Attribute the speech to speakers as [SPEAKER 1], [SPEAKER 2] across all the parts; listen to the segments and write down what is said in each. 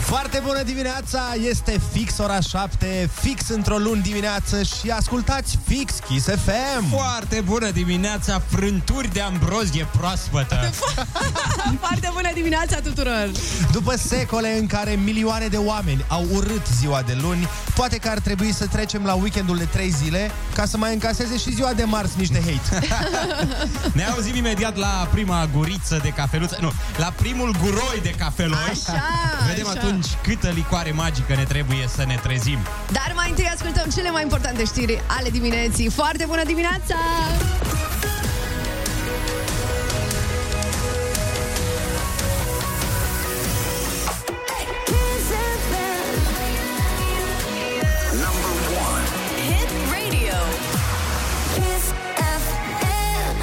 [SPEAKER 1] Foarte bună dimineața, este fix ora 7, fix într-o luni dimineață și ascultați fix Kiss FM.
[SPEAKER 2] Foarte bună dimineața, frânturi de ambrozie proaspătă.
[SPEAKER 3] Foarte bună dimineața tuturor!
[SPEAKER 1] După secole în care milioane de oameni au urât ziua de luni, poate că ar trebui să trecem la weekendul de 3 zile ca să mai încaseze și ziua de marți nici de hate.
[SPEAKER 2] Ne auzim imediat la prima guriță de cafeluță, nu, la primul guroi de cafeloi.
[SPEAKER 3] Așa,
[SPEAKER 2] Vedem
[SPEAKER 3] așa.
[SPEAKER 2] atunci câtă licoare magică ne trebuie să ne trezim.
[SPEAKER 3] Dar mai întâi ascultăm cele mai importante știri ale dimineții. Foarte bună dimineața!
[SPEAKER 4] Hit radio. Kiss FM.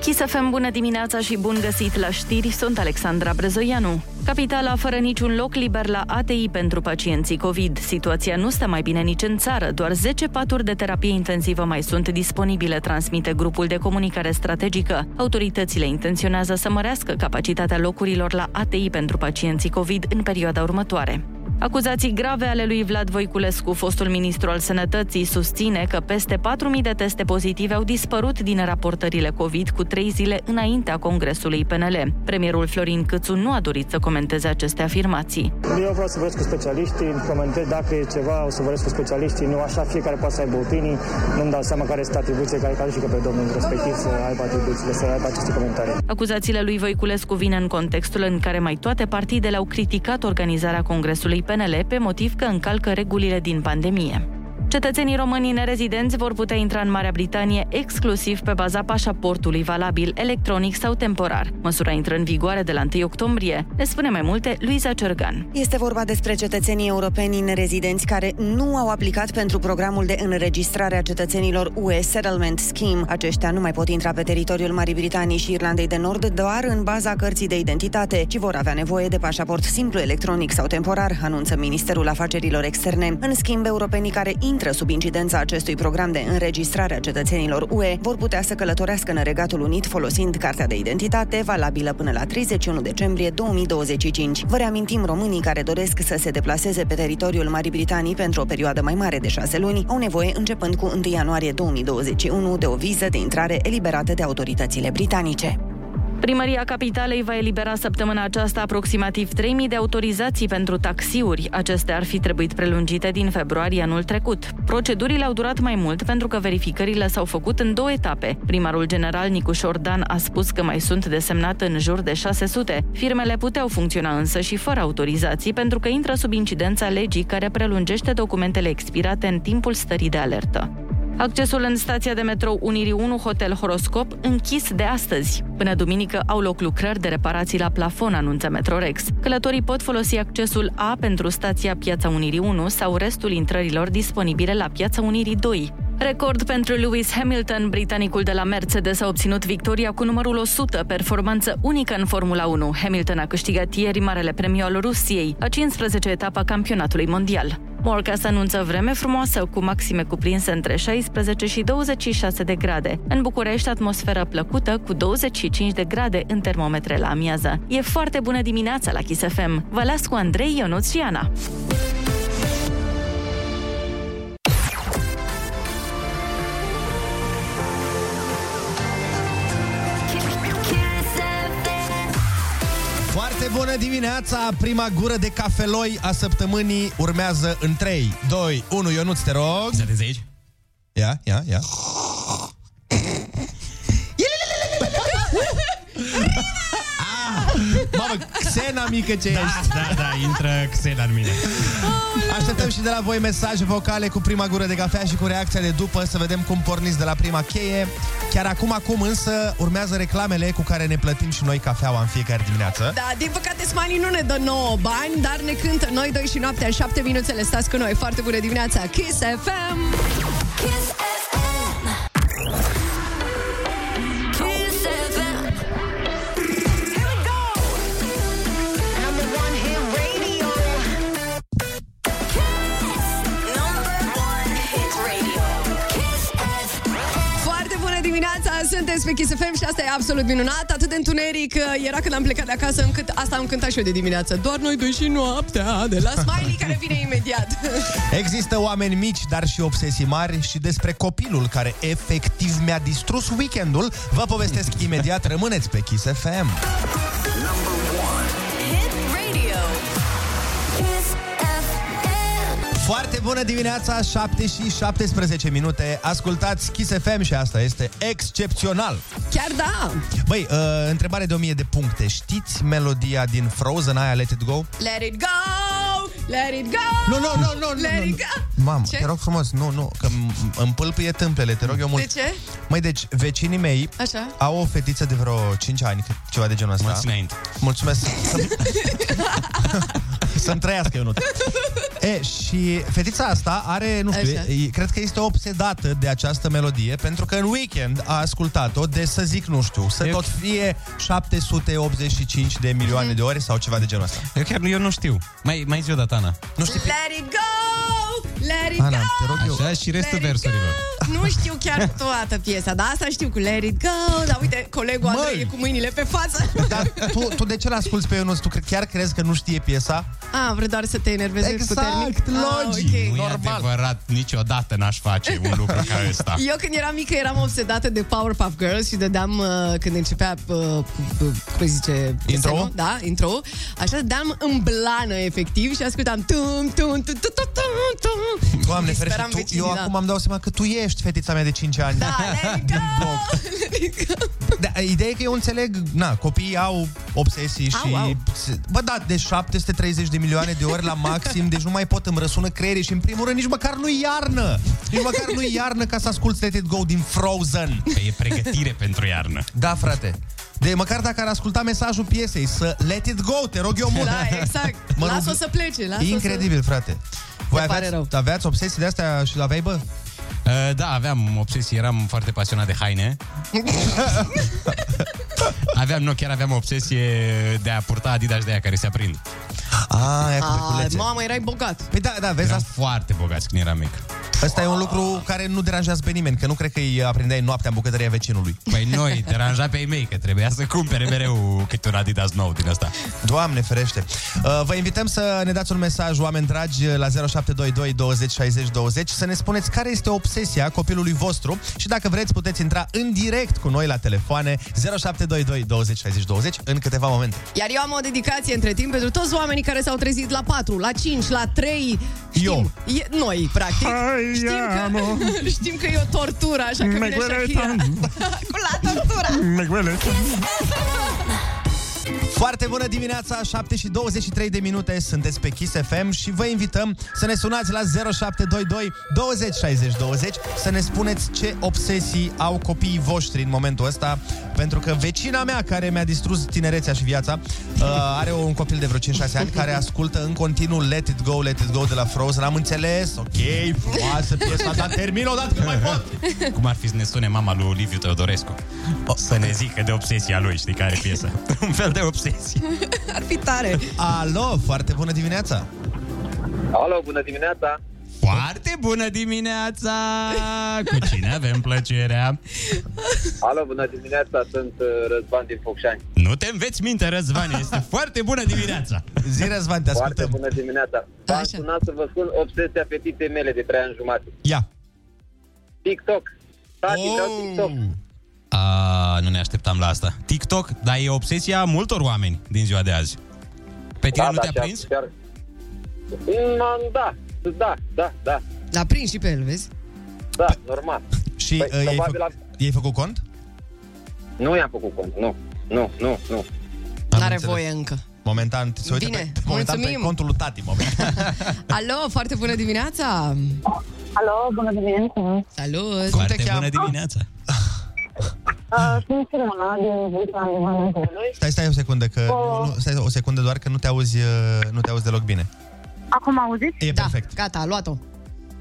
[SPEAKER 5] Chisafem, bună dimineața și bun găsit la știri, sunt Alexandra Brezoianu. Capitala fără niciun loc liber la ATI pentru pacienții COVID. Situația nu stă mai bine nici în țară, doar 10 paturi de terapie intensivă mai sunt disponibile, transmite grupul de comunicare strategică. Autoritățile intenționează să mărească capacitatea locurilor la ATI pentru pacienții COVID în perioada următoare. Acuzații grave ale lui Vlad Voiculescu, fostul ministru al sănătății, susține că peste 4.000 de teste pozitive au dispărut din raportările COVID cu trei zile înaintea Congresului PNL. Premierul Florin Câțu nu a dorit să comenteze aceste afirmații.
[SPEAKER 6] Eu vreau să vorbesc cu specialiștii, îmi comentez dacă e ceva, o să vorbesc cu specialiștii, nu așa, fiecare poate să aibă opinii, nu-mi dau seama care este atribuție care califică pe domnul respectiv să aibă atribuțiile, să aibă aceste comentarii.
[SPEAKER 5] Acuzațiile lui Voiculescu vin în contextul în care mai toate partidele au criticat organizarea Congresului PNL pe motiv că încalcă regulile din pandemie. Cetățenii români nerezidenți vor putea intra în Marea Britanie exclusiv pe baza pașaportului valabil electronic sau temporar. Măsura intră în vigoare de la 1 octombrie. Ne spune mai multe Luiza Cergan.
[SPEAKER 7] Este vorba despre cetățenii europeni nerezidenți care nu au aplicat pentru programul de înregistrare a cetățenilor UE Settlement Scheme. Aceștia nu mai pot intra pe teritoriul Marii Britanii și Irlandei de Nord doar în baza cărții de identitate, ci vor avea nevoie de pașaport simplu electronic sau temporar, anunță Ministerul Afacerilor Externe. În schimb, europenii care intră sub incidența acestui program de înregistrare a cetățenilor UE vor putea să călătorească în Regatul Unit folosind cartea de identitate valabilă până la 31 decembrie 2025. Vă reamintim, românii care doresc să se deplaseze pe teritoriul Marii Britanii pentru o perioadă mai mare de șase luni au nevoie, începând cu 1 ianuarie 2021, de o viză de intrare eliberată de autoritățile britanice.
[SPEAKER 5] Primăria Capitalei va elibera săptămâna aceasta aproximativ 3.000 de autorizații pentru taxiuri. Acestea ar fi trebuit prelungite din februarie anul trecut. Procedurile au durat mai mult pentru că verificările s-au făcut în două etape. Primarul general Nicu Șordan a spus că mai sunt desemnate în jur de 600. Firmele puteau funcționa însă și fără autorizații pentru că intră sub incidența legii care prelungește documentele expirate în timpul stării de alertă. Accesul în stația de metrou Unirii 1 Hotel Horoscop închis de astăzi. Până duminică au loc lucrări de reparații la plafon, anunță Metrorex. Călătorii pot folosi accesul A pentru stația Piața Unirii 1 sau restul intrărilor disponibile la Piața Unirii 2. Record pentru Lewis Hamilton, britanicul de la Mercedes a obținut victoria cu numărul 100, performanță unică în Formula 1. Hamilton a câștigat ieri Marele Premiu al Rusiei, a 15 etapa campionatului mondial. Morcast anunță vreme frumoasă cu maxime cuprinse între 16 și 26 de grade. În București, atmosferă plăcută cu 25 de grade în termometre la amiază. E foarte bună dimineața la Kiss FM. Vă las cu Andrei, Ionuț și Ana.
[SPEAKER 4] Kiss FM.
[SPEAKER 1] Foarte bună dimineața, prima gură de cafeloi a săptămânii urmează în 3, 2, 1, Ionuț, te rog.
[SPEAKER 2] Să te zici?
[SPEAKER 1] Ia, ia, ia. Ah, Mamă, Xena mică ce ești!
[SPEAKER 2] Da, da, da, intră Xena în mine.
[SPEAKER 1] Așteptăm și de la voi mesaje vocale cu prima gură de cafea și cu reacția de după să vedem cum porniți de la prima cheie. Chiar acum, acum însă, urmează reclamele cu care ne plătim și noi cafeaua în fiecare dimineață.
[SPEAKER 3] Da, din păcate Smiley nu ne dă nouă bani, dar ne cântă noi doi și noaptea șapte minuțele. Stați cu noi, foarte bună dimineața, Kiss FM!
[SPEAKER 4] Kiss FM. Kiss FM. Here we go. Number one hit radio. Kiss. Number one hit radio. Kiss FM.
[SPEAKER 3] Foarte bună dimineața, sunteți pe Kiss FM și asta e absolut minunat. Atât de întuneric uh, era când am plecat de acasă, încât asta am cântat și eu de dimineață. Doar noi doi și noaptea de la Smiley, care vine imediat.
[SPEAKER 1] Există oameni mici, dar și obsesii mari și despre copilul care efectiv mi-a distrus weekendul. Vă povestesc imediat, rămâneți pe Kiss FM.
[SPEAKER 4] Kiss FM.
[SPEAKER 1] Foarte bună dimineața, 7 și 17 minute. Ascultați Kiss FM și asta este excepțional.
[SPEAKER 3] Chiar da!
[SPEAKER 1] Băi, uh, întrebare de 1000 de puncte. Știți melodia din Frozen, aia Let It Go?
[SPEAKER 3] Let it go! Let it go!
[SPEAKER 1] Nu, nu, nu, nu,
[SPEAKER 3] Let
[SPEAKER 1] nu,
[SPEAKER 3] it
[SPEAKER 1] nu.
[SPEAKER 3] go!
[SPEAKER 1] Mamă,
[SPEAKER 3] Ce?
[SPEAKER 1] te rog frumos, nu, nu, că îmi- îmi pâlpâie tâmplele, te rog eu mult.
[SPEAKER 3] De ce?
[SPEAKER 1] Măi, deci, vecinii mei
[SPEAKER 3] Așa.
[SPEAKER 1] au o fetiță de vreo 5 ani, ceva de genul ăsta.
[SPEAKER 2] Mulți înainte.
[SPEAKER 1] Mulțumesc. Să-mi, să trăiască, Ionut. E, și fetița asta are, nu știu,
[SPEAKER 3] Așa.
[SPEAKER 1] e, cred că este obsedată de această melodie, pentru că în weekend a ascultat-o de, să zic, nu știu, să
[SPEAKER 2] Eu-
[SPEAKER 1] tot fie 785 de milioane
[SPEAKER 3] Mhm.
[SPEAKER 1] de ori sau ceva de genul ăsta.
[SPEAKER 2] Eu chiar nu, eu nu știu. Mai, mai zi o dată, Ana.
[SPEAKER 1] Nu știi,
[SPEAKER 3] Let it go! Let it
[SPEAKER 1] Ana,
[SPEAKER 3] go!
[SPEAKER 1] te rog eu.
[SPEAKER 2] Așa și restul
[SPEAKER 3] Let it
[SPEAKER 2] versurilor.
[SPEAKER 3] go! Nu știu chiar toată piesa, dar asta știu cu Let It Go, dar uite, colegul
[SPEAKER 1] Măi! Da.
[SPEAKER 3] Andrei e cu mâinile pe față.
[SPEAKER 1] Dar tu, tu de ce l-asculti pe Ionuț? Tu cre- chiar crezi că nu știe piesa?
[SPEAKER 3] A, vrei Ah, doar să te enervezi
[SPEAKER 1] Exact,
[SPEAKER 3] puternic?
[SPEAKER 1] logic.
[SPEAKER 3] Ah, ok.
[SPEAKER 2] Nu e adevărat, niciodată n-aș face un lucru ca ăsta.
[SPEAKER 3] Eu când eram mică eram obsedată de Powerpuff Girls și dădeam uh, când începea uh, uh, cum îi zice
[SPEAKER 1] Intro?
[SPEAKER 3] desenul, da, intro. Așa dădeam în blană efectiv și ascultam tum tum tum tum tum tum. tum.
[SPEAKER 1] Doamne,
[SPEAKER 3] Disperam
[SPEAKER 1] ferește, tu,
[SPEAKER 3] vecinii,
[SPEAKER 1] eu
[SPEAKER 3] da.
[SPEAKER 1] acum am dau seama că tu ești fetița mea de 5 ani.
[SPEAKER 3] Da, let it go! Let it go!
[SPEAKER 1] Da, ideea e că eu înțeleg, na, copiii au obsesii
[SPEAKER 3] Au,
[SPEAKER 1] și...
[SPEAKER 3] au.
[SPEAKER 1] Bă, da, de 730 de milioane de ori la maxim, deci nu mai pot, îmi răsună creierii și, în primul rând, nici măcar nu iarnă. Nici măcar nu iarnă ca să ascult Let It Go din Frozen.
[SPEAKER 2] Păi e pregătire pentru iarnă.
[SPEAKER 1] Da, frate. De măcar dacă ar asculta mesajul piesei, să Let It Go, te rog eu mult.
[SPEAKER 3] Da, exact.
[SPEAKER 1] Mă
[SPEAKER 3] Lasă-o
[SPEAKER 1] rog-
[SPEAKER 3] să plece, lasă
[SPEAKER 1] Incredibil, frate. Voi
[SPEAKER 3] pare rău.
[SPEAKER 1] aveați, aveați obsesii de astea și aveai, bă?
[SPEAKER 2] Uh, da, aveam obsesie, eram foarte pasionat de haine. aveam, nu, chiar aveam obsesie de a purta Adidas de aia care se aprind.
[SPEAKER 1] A, aia cu
[SPEAKER 3] Să...
[SPEAKER 1] beculețe.
[SPEAKER 3] Mamă, erai bogat.
[SPEAKER 1] Păi da, da, vezi,
[SPEAKER 2] Eram
[SPEAKER 1] asta,
[SPEAKER 2] foarte bogați când eram mic.
[SPEAKER 1] asta e un lucru care nu deranjează pe nimeni, că nu cred că îi aprindeai noaptea în bucătăria vecinului.
[SPEAKER 2] Păi noi, deranja pe ei mei că trebuia să cumpere mereu câte un Adidas nou din asta.
[SPEAKER 1] Doamne ferește! Uh, Vă invităm să ne dați un mesaj, oameni dragi, la 0722 20 60 20, să ne spuneți care este obsesia copilului vostru și dacă vreți puteți intra în direct cu noi la telefoane 0722 20 60 20 în câteva momente.
[SPEAKER 3] Iar eu am o dedicație între timp pentru toți oamenii care s-au trezit la 4, la 5, la 3. Știm,
[SPEAKER 1] Eu.
[SPEAKER 3] E, noi, practic. știm, că, știm că e o tortură, așa că vine Shakira. Cu la tortura.
[SPEAKER 1] Foarte bună dimineața, 7 și 23 de minute, sunteți pe Kiss FM și vă invităm să ne sunați la 0722 20 60 20 să ne spuneți ce obsesii au copiii voștri în momentul ăsta, pentru că vecina mea care mi-a distrus tinerețea și viața uh, are un copil de vreo 5-6 ani care ascultă în continuu Let It Go, Let It Go de la Frozen, am înțeles, ok, frumoasă piesa, dar termin odată că mai pot!
[SPEAKER 2] Cum ar fi să ne sune mama lui Liviu Teodorescu? O, să ne zică de obsesia lui, știi care piesă? un fel de obsesie.
[SPEAKER 3] Ar fi tare.
[SPEAKER 1] Alo, foarte bună dimineața!
[SPEAKER 8] Alo, bună dimineața!
[SPEAKER 2] Foarte bună dimineața! Cu cine avem plăcerea?
[SPEAKER 8] Alo, bună dimineața, sunt uh, Răzvan din Focșani.
[SPEAKER 2] Nu te înveți minte, Răzvan, este foarte bună dimineața!
[SPEAKER 1] Zi, Răzvan, te
[SPEAKER 8] Foarte
[SPEAKER 1] ascultăm!
[SPEAKER 8] bună dimineața! V-am
[SPEAKER 3] Așa.
[SPEAKER 8] sunat să vă spun obsesia fetiței mele de 3 ani jumate.
[SPEAKER 1] Ia!
[SPEAKER 8] TikTok! Tati,
[SPEAKER 2] Oh,
[SPEAKER 8] vreau TikTok!
[SPEAKER 2] A, nu ne așteptam la asta. TikTok, dar e obsesia multor oameni din ziua de azi. Pe
[SPEAKER 9] Da,
[SPEAKER 2] tine nu te-a
[SPEAKER 8] Da, chiar-
[SPEAKER 2] prins?
[SPEAKER 8] Chiar... Mm, Da, da, da, da,
[SPEAKER 3] L-a prins și pe el, vezi?
[SPEAKER 8] da, normal.
[SPEAKER 1] Și
[SPEAKER 8] Păi,
[SPEAKER 1] păi, uh, i-ai,
[SPEAKER 8] probabil
[SPEAKER 1] făc,
[SPEAKER 8] am-
[SPEAKER 1] i-ai făcut cont?
[SPEAKER 8] Nu i-am făcut cont, nu, nu, nu, nu.
[SPEAKER 1] Am
[SPEAKER 3] N-are
[SPEAKER 1] înțeles.
[SPEAKER 3] voie încă.
[SPEAKER 1] Momentan se uită
[SPEAKER 3] Bine,
[SPEAKER 1] pe, momentan pe
[SPEAKER 3] mulțumim.
[SPEAKER 1] contul lui tati. Momentan.
[SPEAKER 3] Alo, foarte bună dimineața!
[SPEAKER 9] Alo, bună dimineața!
[SPEAKER 3] Salut!
[SPEAKER 2] Foarte
[SPEAKER 1] te cheamă?
[SPEAKER 2] bună dimineața!
[SPEAKER 9] Uh, sunt Simona din Vârsta Limanului.
[SPEAKER 1] Stai, stai o secundă, că nu, nu, stai o secundă doar că nu te auzi, uh, nu te auzi deloc bine.
[SPEAKER 9] Acum auziți?
[SPEAKER 1] E
[SPEAKER 3] Da,
[SPEAKER 1] perfect.
[SPEAKER 3] gata, a luat-o.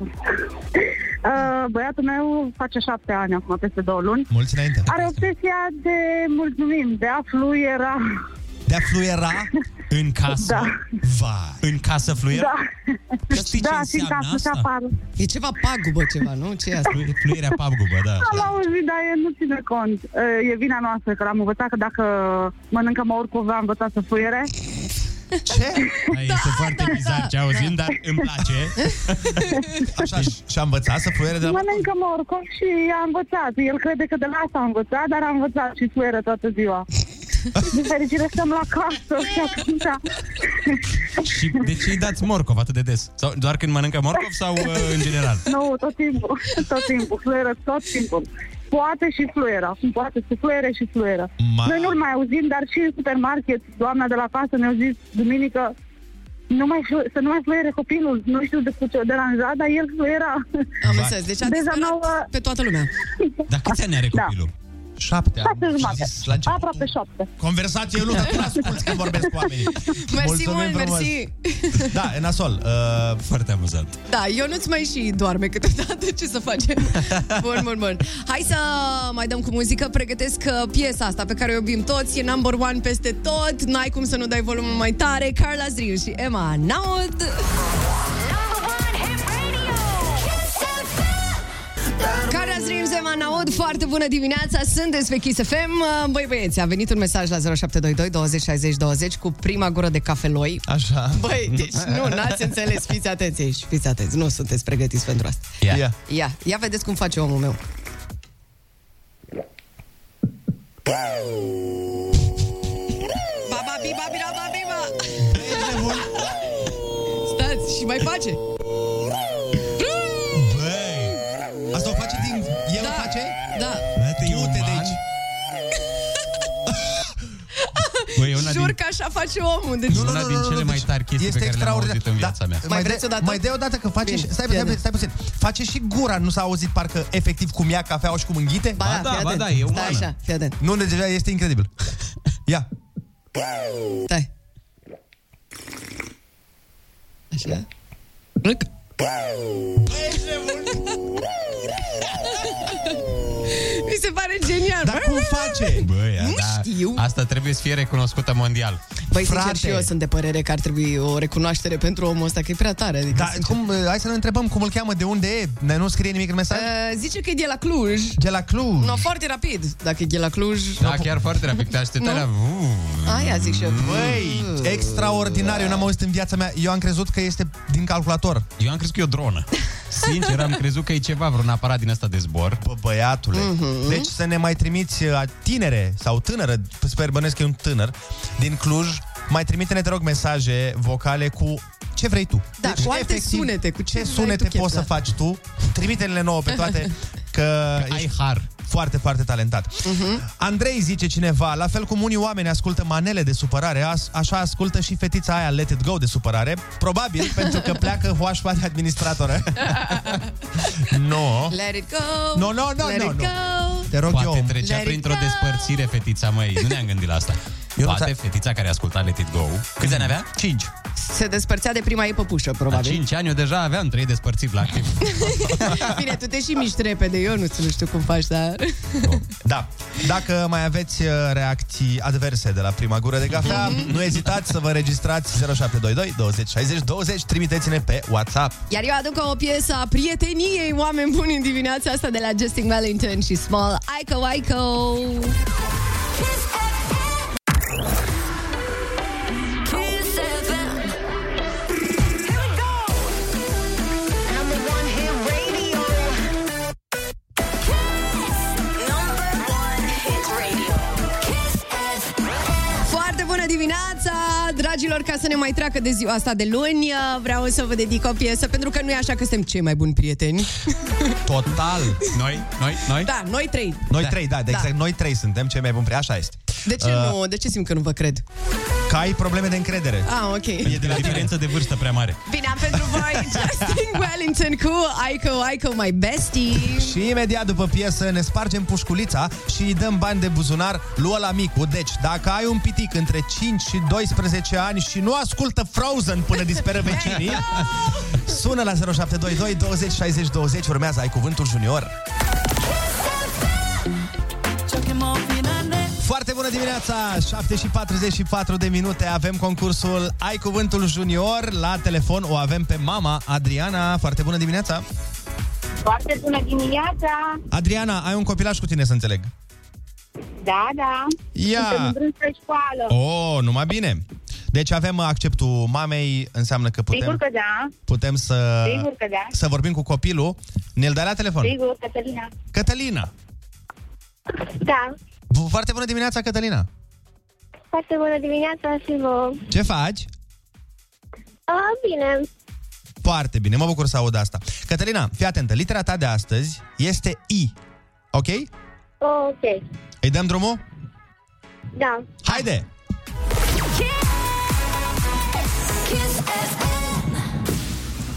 [SPEAKER 9] Uh, băiatul meu face șapte ani acum, peste două luni.
[SPEAKER 1] Mulți înainte.
[SPEAKER 9] Are obsesia de mulțumim, de a fluiera.
[SPEAKER 1] De Noaptea fluiera?
[SPEAKER 2] În casă?
[SPEAKER 9] Da.
[SPEAKER 1] Vai.
[SPEAKER 2] În casă fluier?
[SPEAKER 9] Da,
[SPEAKER 2] Știi ce
[SPEAKER 9] da, fiindcă
[SPEAKER 2] înseamnă
[SPEAKER 9] am fost
[SPEAKER 2] asta?
[SPEAKER 9] afară.
[SPEAKER 3] E ceva pagubă ceva, nu? ce e asta?
[SPEAKER 2] Flu- Fluierea pagubă, da.
[SPEAKER 9] Am auzit, dar e, nu ține cont. E, E vina noastră că l-am învățat că dacă mănâncă mă oricum va învăța să fluiere.
[SPEAKER 1] Ce?
[SPEAKER 2] Da, este foarte bizar ce auzim, dar îmi place.
[SPEAKER 1] Așa, și- și-a învățat să fluiere de la...
[SPEAKER 9] Mănâncă mă oricum și a învățat. El crede că de la asta a învățat, dar a învățat și fluieră toată ziua. Din fericire stăm la casă și atunci...
[SPEAKER 2] Și de ce îi dați morcov atât de des? Sau doar când mănâncă morcov sau uh, în general?
[SPEAKER 9] Nu, tot timpul, tot timpul, fluieră tot timpul. Poate și fluieră, acum poate să fluiere și fluieră.
[SPEAKER 1] Ma-
[SPEAKER 9] Noi nu-l mai auzim, dar și în supermarket, doamna de la casă ne-a zis duminică nu mai, flu- să nu mai fluiere copilul, nu știu de cu ce o deranja, dar el fluiera.
[SPEAKER 3] Am înțeles, deci a
[SPEAKER 9] Deja
[SPEAKER 3] disperat
[SPEAKER 9] nouă-
[SPEAKER 3] pe toată lumea.
[SPEAKER 2] Dar câți ani are
[SPEAKER 9] Da.
[SPEAKER 2] copilul?
[SPEAKER 1] Șapte ani.
[SPEAKER 9] Șapte jumate.
[SPEAKER 1] Și zis la început,
[SPEAKER 9] Aproape șapte.
[SPEAKER 1] Conversație, eu nu, dar tu asculti când vorbesc cu oamenii.
[SPEAKER 3] Mersi
[SPEAKER 1] Mulțumim
[SPEAKER 3] mult,
[SPEAKER 1] frumos.
[SPEAKER 3] mersi.
[SPEAKER 1] Da, e nasol. Uh,
[SPEAKER 2] Foarte amuzant.
[SPEAKER 3] Da, eu nu-ți mai și doarme câteodată, ce să facem? Bun, bun, bun. Hai să mai dăm cu muzică, pregătesc uh, piesa asta pe care o iubim toți, e number one peste tot, n-ai cum să nu dai volumul mai tare, Carla Zriu și Emma Naud. Carla Zriu, Emma Naud, foarte bună dimineața, sunteți pe Kiss FM. Uh, Băi băieți, a venit un mesaj la 0722 20 60 20 cu prima gură de cafeloi.
[SPEAKER 1] așa.
[SPEAKER 3] Băi, deci nu, n-ați înțeles, fiți atenți aici, fiți atenți, nu sunteți pregătiți pentru asta.
[SPEAKER 2] Ia.
[SPEAKER 1] Ia.
[SPEAKER 3] Ia, ia vedeți cum face omul meu. Baba, biba, biba, baba, biba. Stați și mai face.
[SPEAKER 1] Băi, asta o face din... El o face?
[SPEAKER 3] Da.
[SPEAKER 2] Băi,
[SPEAKER 1] Tu te deci.
[SPEAKER 2] Băi, e una
[SPEAKER 3] Jur
[SPEAKER 2] din,
[SPEAKER 3] că așa face omul. Deci...
[SPEAKER 2] una din cele mai
[SPEAKER 1] deci
[SPEAKER 2] tari chestii
[SPEAKER 1] este
[SPEAKER 2] pe care le-am
[SPEAKER 1] extraordinar. Da.
[SPEAKER 2] auzit în viața mea.
[SPEAKER 1] Mai,
[SPEAKER 3] vreți
[SPEAKER 1] de,
[SPEAKER 3] o dată?
[SPEAKER 1] mai de o dată că face
[SPEAKER 3] Bine,
[SPEAKER 1] și, stai,
[SPEAKER 3] fii
[SPEAKER 1] stai, stai,
[SPEAKER 3] atent.
[SPEAKER 1] stai, puțin. Face și gura, nu s-a auzit parcă efectiv cum ia cafeaua și cum înghite?
[SPEAKER 2] Ba da, ba da, e umană.
[SPEAKER 3] Stai așa, fii atent.
[SPEAKER 1] Nu, deci este incredibil. Ia.
[SPEAKER 3] Stai. Așa. Râc. Mi se pare genial.
[SPEAKER 1] Dar cum face?
[SPEAKER 2] Băi, da.
[SPEAKER 3] Nu știu.
[SPEAKER 2] Asta trebuie să fie recunoscută mondial.
[SPEAKER 3] Băi,
[SPEAKER 1] Frate.
[SPEAKER 3] Păi, sincer, și eu sunt de părere că ar trebui o recunoaștere pentru omul ăsta, că e prea tare. Adică,
[SPEAKER 1] Da,
[SPEAKER 3] sincer.
[SPEAKER 1] cum, hai să ne întrebăm cum îl cheamă, de unde e? Ne nu scrie nimic în mesaj?
[SPEAKER 3] Uh, zice că e de la Cluj.
[SPEAKER 1] De la Cluj.
[SPEAKER 3] No, foarte rapid. Dacă e de la Cluj...
[SPEAKER 2] Da, chiar foarte rapid. Te așteptai la...
[SPEAKER 3] Aia zic și eu.
[SPEAKER 1] Băi, extraordinar, eu n-am auzit în viața mea. Eu am crezut că este din calculator.
[SPEAKER 2] Eu am crezut că e o dronă. Sincer, am crezut că e ceva, vreun aparat din asta de zbor.
[SPEAKER 1] Bă, băiatule.
[SPEAKER 3] Mhm.
[SPEAKER 1] Deci să ne mai trimiți uh, tinere sau tânără, sper bănesc că e un tânăr, din Cluj, mai trimite-ne, te rog, mesaje vocale cu ce vrei tu. Deci,
[SPEAKER 3] Da, cu alte sunete, cu ce
[SPEAKER 1] ce
[SPEAKER 3] vrei
[SPEAKER 1] sunete
[SPEAKER 3] tu, chef,
[SPEAKER 1] poți
[SPEAKER 3] da.
[SPEAKER 1] să faci tu. Trimite-le nouă pe toate, că
[SPEAKER 2] Ai har.
[SPEAKER 1] foarte, foarte talentat.
[SPEAKER 3] Mhm.
[SPEAKER 1] Uh-huh. Andrei zice cineva, la fel cum unii oameni ascultă manele de supărare, as- așa ascultă și fetița aia Let It Go de supărare, probabil pentru că pleacă hoașpa de administratoră. no.
[SPEAKER 3] Let it go!
[SPEAKER 1] No, no, no,
[SPEAKER 3] let
[SPEAKER 1] no,
[SPEAKER 3] it
[SPEAKER 1] no.
[SPEAKER 3] go!
[SPEAKER 1] Te rog
[SPEAKER 2] Poate
[SPEAKER 1] eu.
[SPEAKER 2] trecea
[SPEAKER 3] Let it
[SPEAKER 2] printr-o
[SPEAKER 3] go.
[SPEAKER 2] despărțire fetița, măi. Nu ne-am gândit la asta.
[SPEAKER 1] nu
[SPEAKER 2] Poate
[SPEAKER 1] ți-a-
[SPEAKER 2] fetița care asculta Let It Go. Câți ani avea? 5.
[SPEAKER 3] Se despărțea de prima ei păpușă,
[SPEAKER 2] La
[SPEAKER 3] probabil.
[SPEAKER 2] 5 ani eu deja aveam 3 despărțiri la activ.
[SPEAKER 3] Bine, tu te și miști repede, eu nu știu, nu știu cum faci, dar...
[SPEAKER 1] Da. Dacă mai aveți uh, reacții adverse de la prima gură de cafea, nu ezitați să vă registrați 0722 20 60 20, trimiteți-ne pe WhatsApp.
[SPEAKER 3] Iar eu aduc o piesă a prieteniei oameni buni în dimineața asta de la Justin Wellington și Small Aiko Aiko. Foarte bună dimineața, dragilor, ca să ne mai treacă de ziua asta de luni, uh, vreau să vă dedic o piesă, pentru că nu e așa că suntem cei mai buni prieteni.
[SPEAKER 1] Total.
[SPEAKER 2] Noi, noi, noi.
[SPEAKER 3] Da, noi trei.
[SPEAKER 1] Noi trei, da, de exact, noi trei suntem cei mai buni, prieteni, așa este.
[SPEAKER 3] De ce uh... nu? De ce simt că nu vă cred?
[SPEAKER 1] Că ai probleme de încredere.
[SPEAKER 3] Ah, ok.
[SPEAKER 2] E de la diferență de vârstă prea mare.
[SPEAKER 3] Bine, am pentru voi Justin Wellington cu Aiko Aiko, my bestie.
[SPEAKER 1] Și imediat după piesă ne spargem pușculița și îi dăm bani de buzunar lui la micu. Deci, dacă ai un pitic între 5 și 12 ani și nu ascultă Frozen până disperă vecinii, sună la 0722 20 60 20, urmează Ai Cuvântul Junior. Foarte bună dimineața, 7 și 44 de minute, avem concursul Ai Cuvântul Junior. La telefon o avem pe mama, Adriana. Foarte bună dimineața!
[SPEAKER 10] Foarte bună dimineața!
[SPEAKER 1] Adriana, ai un copilaș cu tine, să înțeleg.
[SPEAKER 10] Da, da.
[SPEAKER 1] Ia.
[SPEAKER 10] Suntem în drum spre școală.
[SPEAKER 1] Oh, numai bine! Deci avem acceptul mamei, înseamnă că
[SPEAKER 10] Sigur
[SPEAKER 1] putem,
[SPEAKER 10] că da.
[SPEAKER 1] putem să,
[SPEAKER 10] Sigur că da.
[SPEAKER 1] să vorbim cu copilul. Ne-l dai la telefon.
[SPEAKER 10] Sigur, Cătălina.
[SPEAKER 1] Cătălina!
[SPEAKER 11] Da.
[SPEAKER 1] Bu- Foarte bună dimineața, Cătălina!
[SPEAKER 11] Foarte bună dimineața și vouă.
[SPEAKER 1] Ce faci?
[SPEAKER 11] A, bine.
[SPEAKER 1] Foarte bine, mă bucur să aud asta. Cătălina, fii atentă, litera ta de astăzi este I, ok?
[SPEAKER 11] Ok.
[SPEAKER 1] Îi dăm drumul?
[SPEAKER 11] Da.
[SPEAKER 1] Haide!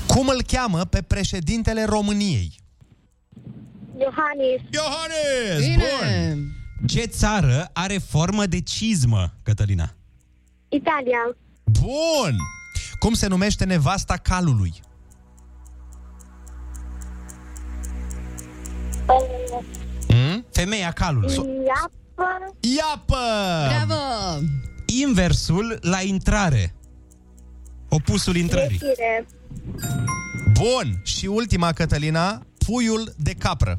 [SPEAKER 1] Cum îl cheamă pe președintele României?
[SPEAKER 11] Iohannis.
[SPEAKER 1] Iohannis!
[SPEAKER 2] Bun! Ce țară are formă de cizmă, Cătălina?
[SPEAKER 11] Italia.
[SPEAKER 1] Bun! Cum se numește nevasta calului?
[SPEAKER 2] Mm? Femeia calului.
[SPEAKER 11] Iapă.
[SPEAKER 1] Iapă!
[SPEAKER 3] Bravo!
[SPEAKER 2] Inversul la intrare. Opusul intrării.
[SPEAKER 11] Ieșire.
[SPEAKER 1] Bun! Și ultima, Cătălina, puiul de capră.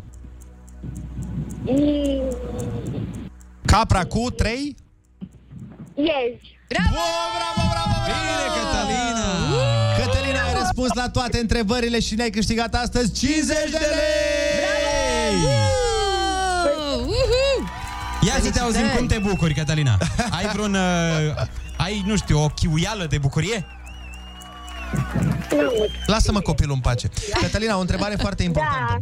[SPEAKER 11] I-
[SPEAKER 1] Capra cu 3?
[SPEAKER 11] Iezi.
[SPEAKER 3] Bravo!
[SPEAKER 1] Bravo, bravo, bravo!
[SPEAKER 2] Bine, Cătălina!
[SPEAKER 1] Cătălina, ai răspuns la toate întrebările și ne-ai câștigat astăzi 50 de lei!
[SPEAKER 3] Oh, uhu!
[SPEAKER 2] Ia să te auzim
[SPEAKER 3] Felicitări!
[SPEAKER 2] cum te bucuri, Cătălina. Ai vreun... Uh, ai, nu știu, o chiuială de bucurie?
[SPEAKER 1] Lasă-mă copilul în pace. Cătălina, o întrebare
[SPEAKER 11] Da.
[SPEAKER 1] foarte importantă.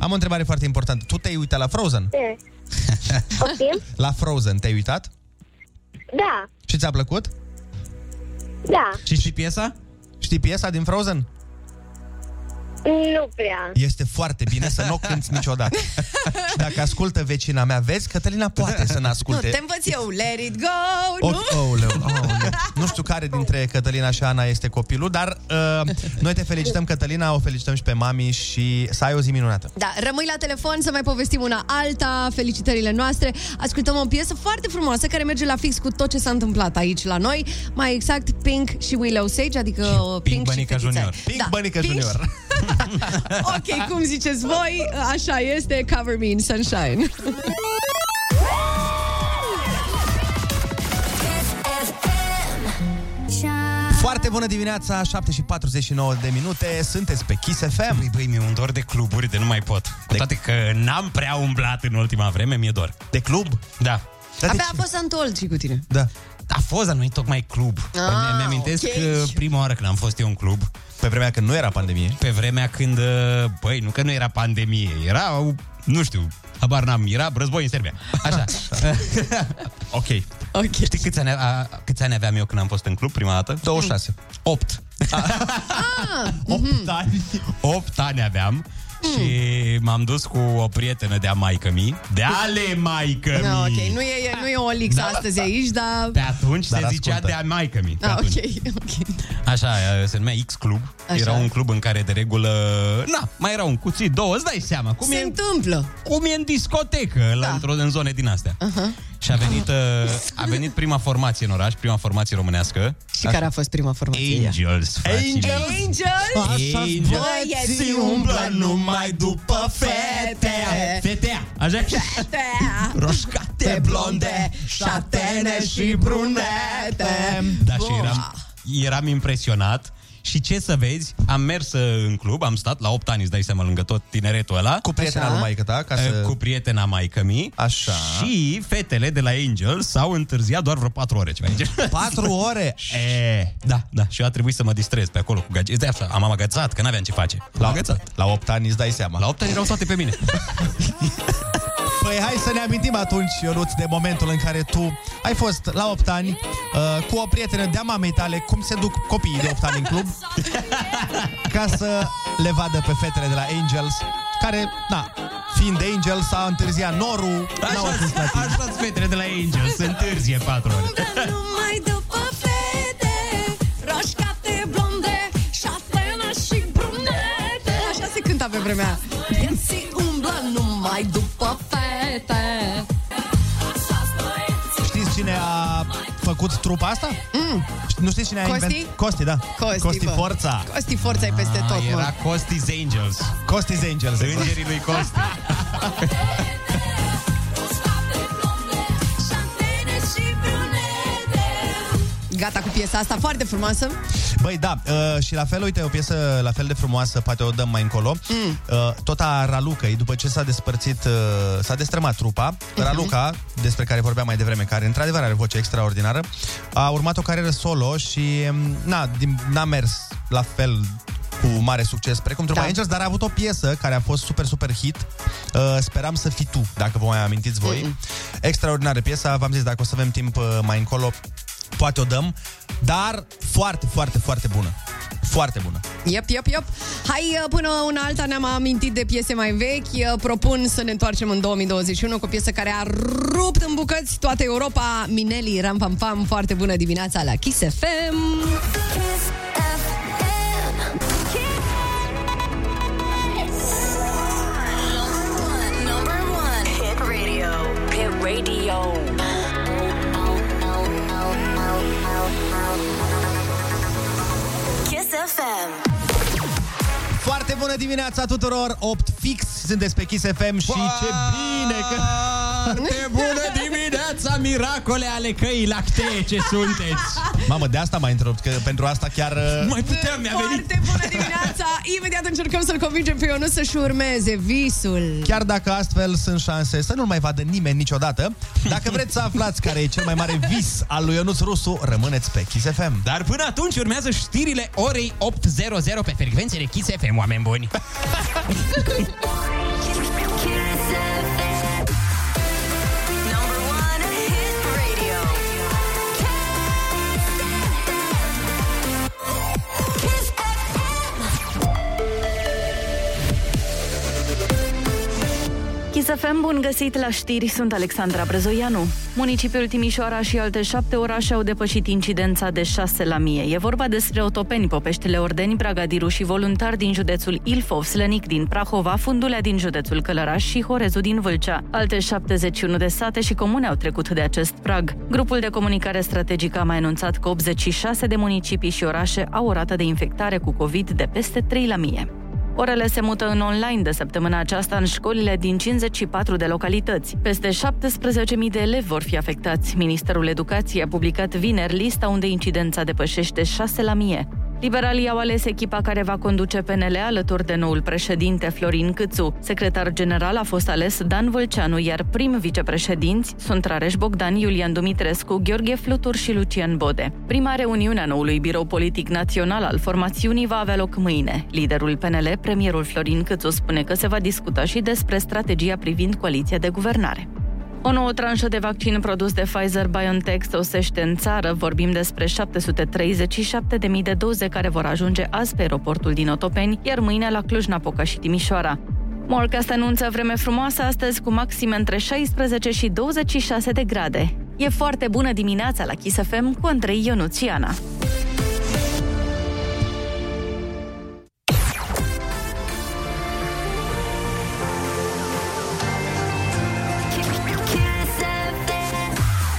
[SPEAKER 1] Am o întrebare foarte importantă. Tu te-ai uitat la Frozen?
[SPEAKER 11] Ce? Poftim?
[SPEAKER 1] La Frozen te-ai uitat?
[SPEAKER 11] Da.
[SPEAKER 1] Și ți-a plăcut?
[SPEAKER 11] Da.
[SPEAKER 2] Și și piesa?
[SPEAKER 1] Știi piesa din Frozen?
[SPEAKER 11] Nu prea.
[SPEAKER 1] Este foarte bine să nu o cânti niciodată. Și dacă ascultă vecina mea, vezi, Cătălina poate să ne
[SPEAKER 3] Nu, te
[SPEAKER 1] asculte.
[SPEAKER 3] învăț eu. Let it go,
[SPEAKER 1] O,
[SPEAKER 3] nu?
[SPEAKER 1] aoleu, aoleu. Nu știu care dintre Cătălina și Ana este copilul, dar uh, noi te felicităm, Cătălina, o felicităm și pe mami și să ai o zi minunată.
[SPEAKER 3] Da, rămâi la telefon să mai povestim una alta, felicitările noastre. Ascultăm o piesă foarte frumoasă care merge la fix cu tot ce s-a întâmplat aici la noi. Mai exact Pink și Willow Sage, adică
[SPEAKER 2] Și
[SPEAKER 3] Pink,
[SPEAKER 2] Pink Bănică
[SPEAKER 3] și fetița.
[SPEAKER 2] Junior.
[SPEAKER 1] Pink da, Bănică
[SPEAKER 3] Pink
[SPEAKER 1] Junior.
[SPEAKER 3] și- ok, cum ziceți voi, așa este Cover Me in Sunshine.
[SPEAKER 1] Foarte bună dimineața, 7 și 49 de minute, sunteți pe Kiss FM.
[SPEAKER 2] Băi, Păi, băi, mi-e un dor de cluburi de nu mai pot. Cu toate că n-am prea umblat în ultima vreme, mi-e dor.
[SPEAKER 1] De club?
[SPEAKER 2] Da.
[SPEAKER 1] Da, de
[SPEAKER 3] Abia a
[SPEAKER 1] ce?
[SPEAKER 3] fost să întold și cu tine.
[SPEAKER 1] Da.
[SPEAKER 2] A fost, dar nu tot mai club. Ah, Mi-amintesc
[SPEAKER 3] ok.
[SPEAKER 2] că prima oară când am fost eu în club,
[SPEAKER 1] Pe vremea când nu era pandemie.
[SPEAKER 2] pe vremea când, uh, băi, nu că nu era pandemie, era, nu știu, habar n-am, era război în Serbia. Așa.
[SPEAKER 1] Ok.
[SPEAKER 3] Ok.
[SPEAKER 2] Știi câți ani, a, câți ani aveam eu când am fost în club prima dată?
[SPEAKER 1] 26.
[SPEAKER 2] 8.
[SPEAKER 3] Ah,
[SPEAKER 1] 8
[SPEAKER 3] mhm.
[SPEAKER 1] ani.
[SPEAKER 2] 8 ani aveam și m-am dus cu o prietenă de-a maică mi, de ale maică mi.
[SPEAKER 3] No, ok, nu e, nu e o lix astăzi aici, dar...
[SPEAKER 2] Pe atunci
[SPEAKER 1] Dar
[SPEAKER 2] se zicea
[SPEAKER 1] ascultă.
[SPEAKER 2] de-a maică mi.
[SPEAKER 3] Ah, ok, ok.
[SPEAKER 2] Așa, se numea X Club.
[SPEAKER 3] Așa.
[SPEAKER 2] Așa. Era un club în care de regulă, na, mai era un cuțit, două, îți dai seama cum
[SPEAKER 3] Se
[SPEAKER 2] e
[SPEAKER 3] întâmplă.
[SPEAKER 2] cum e în discotecă,
[SPEAKER 3] Da.
[SPEAKER 2] la, într-o, în zone din astea. Uh-huh. Și a venit, uh, a venit prima formație în oraș, prima formație românească.
[SPEAKER 3] Și care a fost prima formație?
[SPEAKER 2] Angels,
[SPEAKER 1] Angels.
[SPEAKER 3] Angel!
[SPEAKER 1] Așa-s
[SPEAKER 3] băieții umblă numai după fete.
[SPEAKER 2] Fetea, așa?
[SPEAKER 3] Roșcate, blonde, șatene și brunete.
[SPEAKER 2] Da, și eram, eram impresionat. Și ce să vezi, am mers uh, în club, am stat la 8 ani, îți dai seama, lângă tot tineretul ăla.
[SPEAKER 1] Cu prietena
[SPEAKER 3] Așa.
[SPEAKER 1] lui maică ta, ca
[SPEAKER 2] Să...
[SPEAKER 1] să...
[SPEAKER 2] Cu prietena maică mi
[SPEAKER 1] Așa.
[SPEAKER 2] Și fetele de la Angel S-au întârziat doar vreo 4 ore ceva. de genul.
[SPEAKER 1] 4 ore.
[SPEAKER 2] E, da, da, și eu a trebuit să mă distrez pe acolo cu gage. De așa, am amagățat, că n-aveam ce face. La amagățat.
[SPEAKER 1] La 8 ani îți dai seama.
[SPEAKER 2] La 8 ani erau toate pe mine.
[SPEAKER 1] Păi hai să ne amintim atunci, Ionuț, de momentul în care tu ai fost la 8 ani uh, cu o prietenă de-a mamei tale, cum se duc copiii de 8 ani în club, ca să le vadă pe fetele de la Angels, care, na, fiind de Angels, s-a întârziat norul, n-au ajuns la timp.
[SPEAKER 2] Așa fetele de la Angel, se întârzie 4 ore.
[SPEAKER 4] Numai după fete Roșcate, blonde Șatena și brunete
[SPEAKER 3] Așa se cânta pe vremea aia.
[SPEAKER 4] Bieții umblă numai după fete
[SPEAKER 1] cine a făcut trupa asta? Mm. Nu știi cine a
[SPEAKER 3] Costi?
[SPEAKER 1] inventat? Costi, da.
[SPEAKER 3] Costi,
[SPEAKER 1] Costi
[SPEAKER 3] bă.
[SPEAKER 1] Forța.
[SPEAKER 3] Costi Forța e peste tot, mă.
[SPEAKER 2] Era Costi's Angels.
[SPEAKER 1] Costi's Angels. exact.
[SPEAKER 2] Îngerii lui Costi.
[SPEAKER 3] Gata cu piesa asta, foarte frumoasă.
[SPEAKER 1] Băi, da, uh, și la fel, uite, o piesă la fel de frumoasă, poate o dăm mai încolo. Mm. Uh, tot a Ralucăi, după ce s-a despărțit, uh, s-a destrămat trupa, uh-huh. Raluca, despre care vorbeam mai devreme, care într-adevăr are voce extraordinară, a urmat o carieră solo și um, na, din, n-a mers la fel cu mare succes, precum Trupa da. Angels, dar a avut o piesă care a fost super, super hit, uh, Speram să fii tu, dacă vă mai amintiți voi. Mm. Extraordinară piesa, v-am zis, dacă o să avem timp uh, mai încolo, poate o dăm, dar foarte, foarte, foarte bună. Foarte bună.
[SPEAKER 3] Yep, yep, yep. Hai, uh, până una alta ne-am amintit de piese mai vechi. Uh, Propun să ne întoarcem în 2021 cu o piesă care a rupt în bucăți toată Europa. Mineli, ram pam pam, foarte bună dimineața la Kiss FM.
[SPEAKER 4] Number one. Hit radio. Hit radio. Kiss FM.
[SPEAKER 1] Foarte bună dimineața tuturor! 8 fix sunteți pe Kiss FM și ce bine că...
[SPEAKER 2] Foarte bună dimineața, miracole ale căii lactee ce sunteți!
[SPEAKER 1] Mamă, de asta m-ai întrerupt, că pentru asta chiar... uh,
[SPEAKER 2] Mai puteam, mi-a venit!
[SPEAKER 3] Foarte bună dimineața! Imediat încercăm să-l convingem pe Ionuț să-și urmeze visul.
[SPEAKER 1] Chiar dacă astfel sunt șanse să nu-l mai vadă nimeni niciodată, dacă vreți să aflați care e cel mai mare vis al lui Ionuț Rusu, rămâneți pe Kiss FM.
[SPEAKER 2] Dar până atunci urmează știrile orei 8.00 pe frecvențele Kiss FM, oameni buni!
[SPEAKER 4] Kiss FM. Number one hit radio. Kiss
[SPEAKER 5] Chisafem, bun găsit la știri, sunt Alexandra Brezoianu. Municipiul Timișoara și alte șapte orașe au depășit incidența de 6 la mie. E vorba despre otopeni, popeștele Ordeni, Bragadiru și voluntari din județul Ilfov, Slănic din Prahova, Fundulea din județul Călăraș și Horezu din Vâlcea. Alte 71 de sate și comune au trecut de acest prag. Grupul de comunicare strategică a mai anunțat că 86 de municipii și orașe au o rată de infectare cu COVID de peste 3 la mie. Orele se mută în online de săptămâna aceasta în școlile din 54 de localități. Peste 17.000 de elevi vor fi afectați. Ministerul Educației a publicat vineri lista unde incidența depășește 6 la mie. Liberalii au ales echipa care va conduce PNL alături de noul președinte Florin Câțu. Secretar general a fost ales Dan Vâlceanu, iar prim vicepreședinți sunt Rareș Bogdan, Iulian Dumitrescu, Gheorghe Flutur și Lucian Bode. Prima reuniune a noului birou politic național al formațiunii va avea loc mâine. Liderul PNL, premierul Florin Câțu, spune că se va discuta și despre strategia privind coaliția de guvernare. O nouă tranșă de vaccin produs de Pfizer-BioNTech sosește în țară. Vorbim despre 737.000 de doze care vor ajunge azi pe aeroportul din Otopeni, iar mâine la Cluj-Napoca și Timișoara. Morcast anunță vreme frumoasă astăzi cu maxime între 16 și 26 de grade. E foarte bună dimineața la Kiss FM cu Andrei Ionuțiana.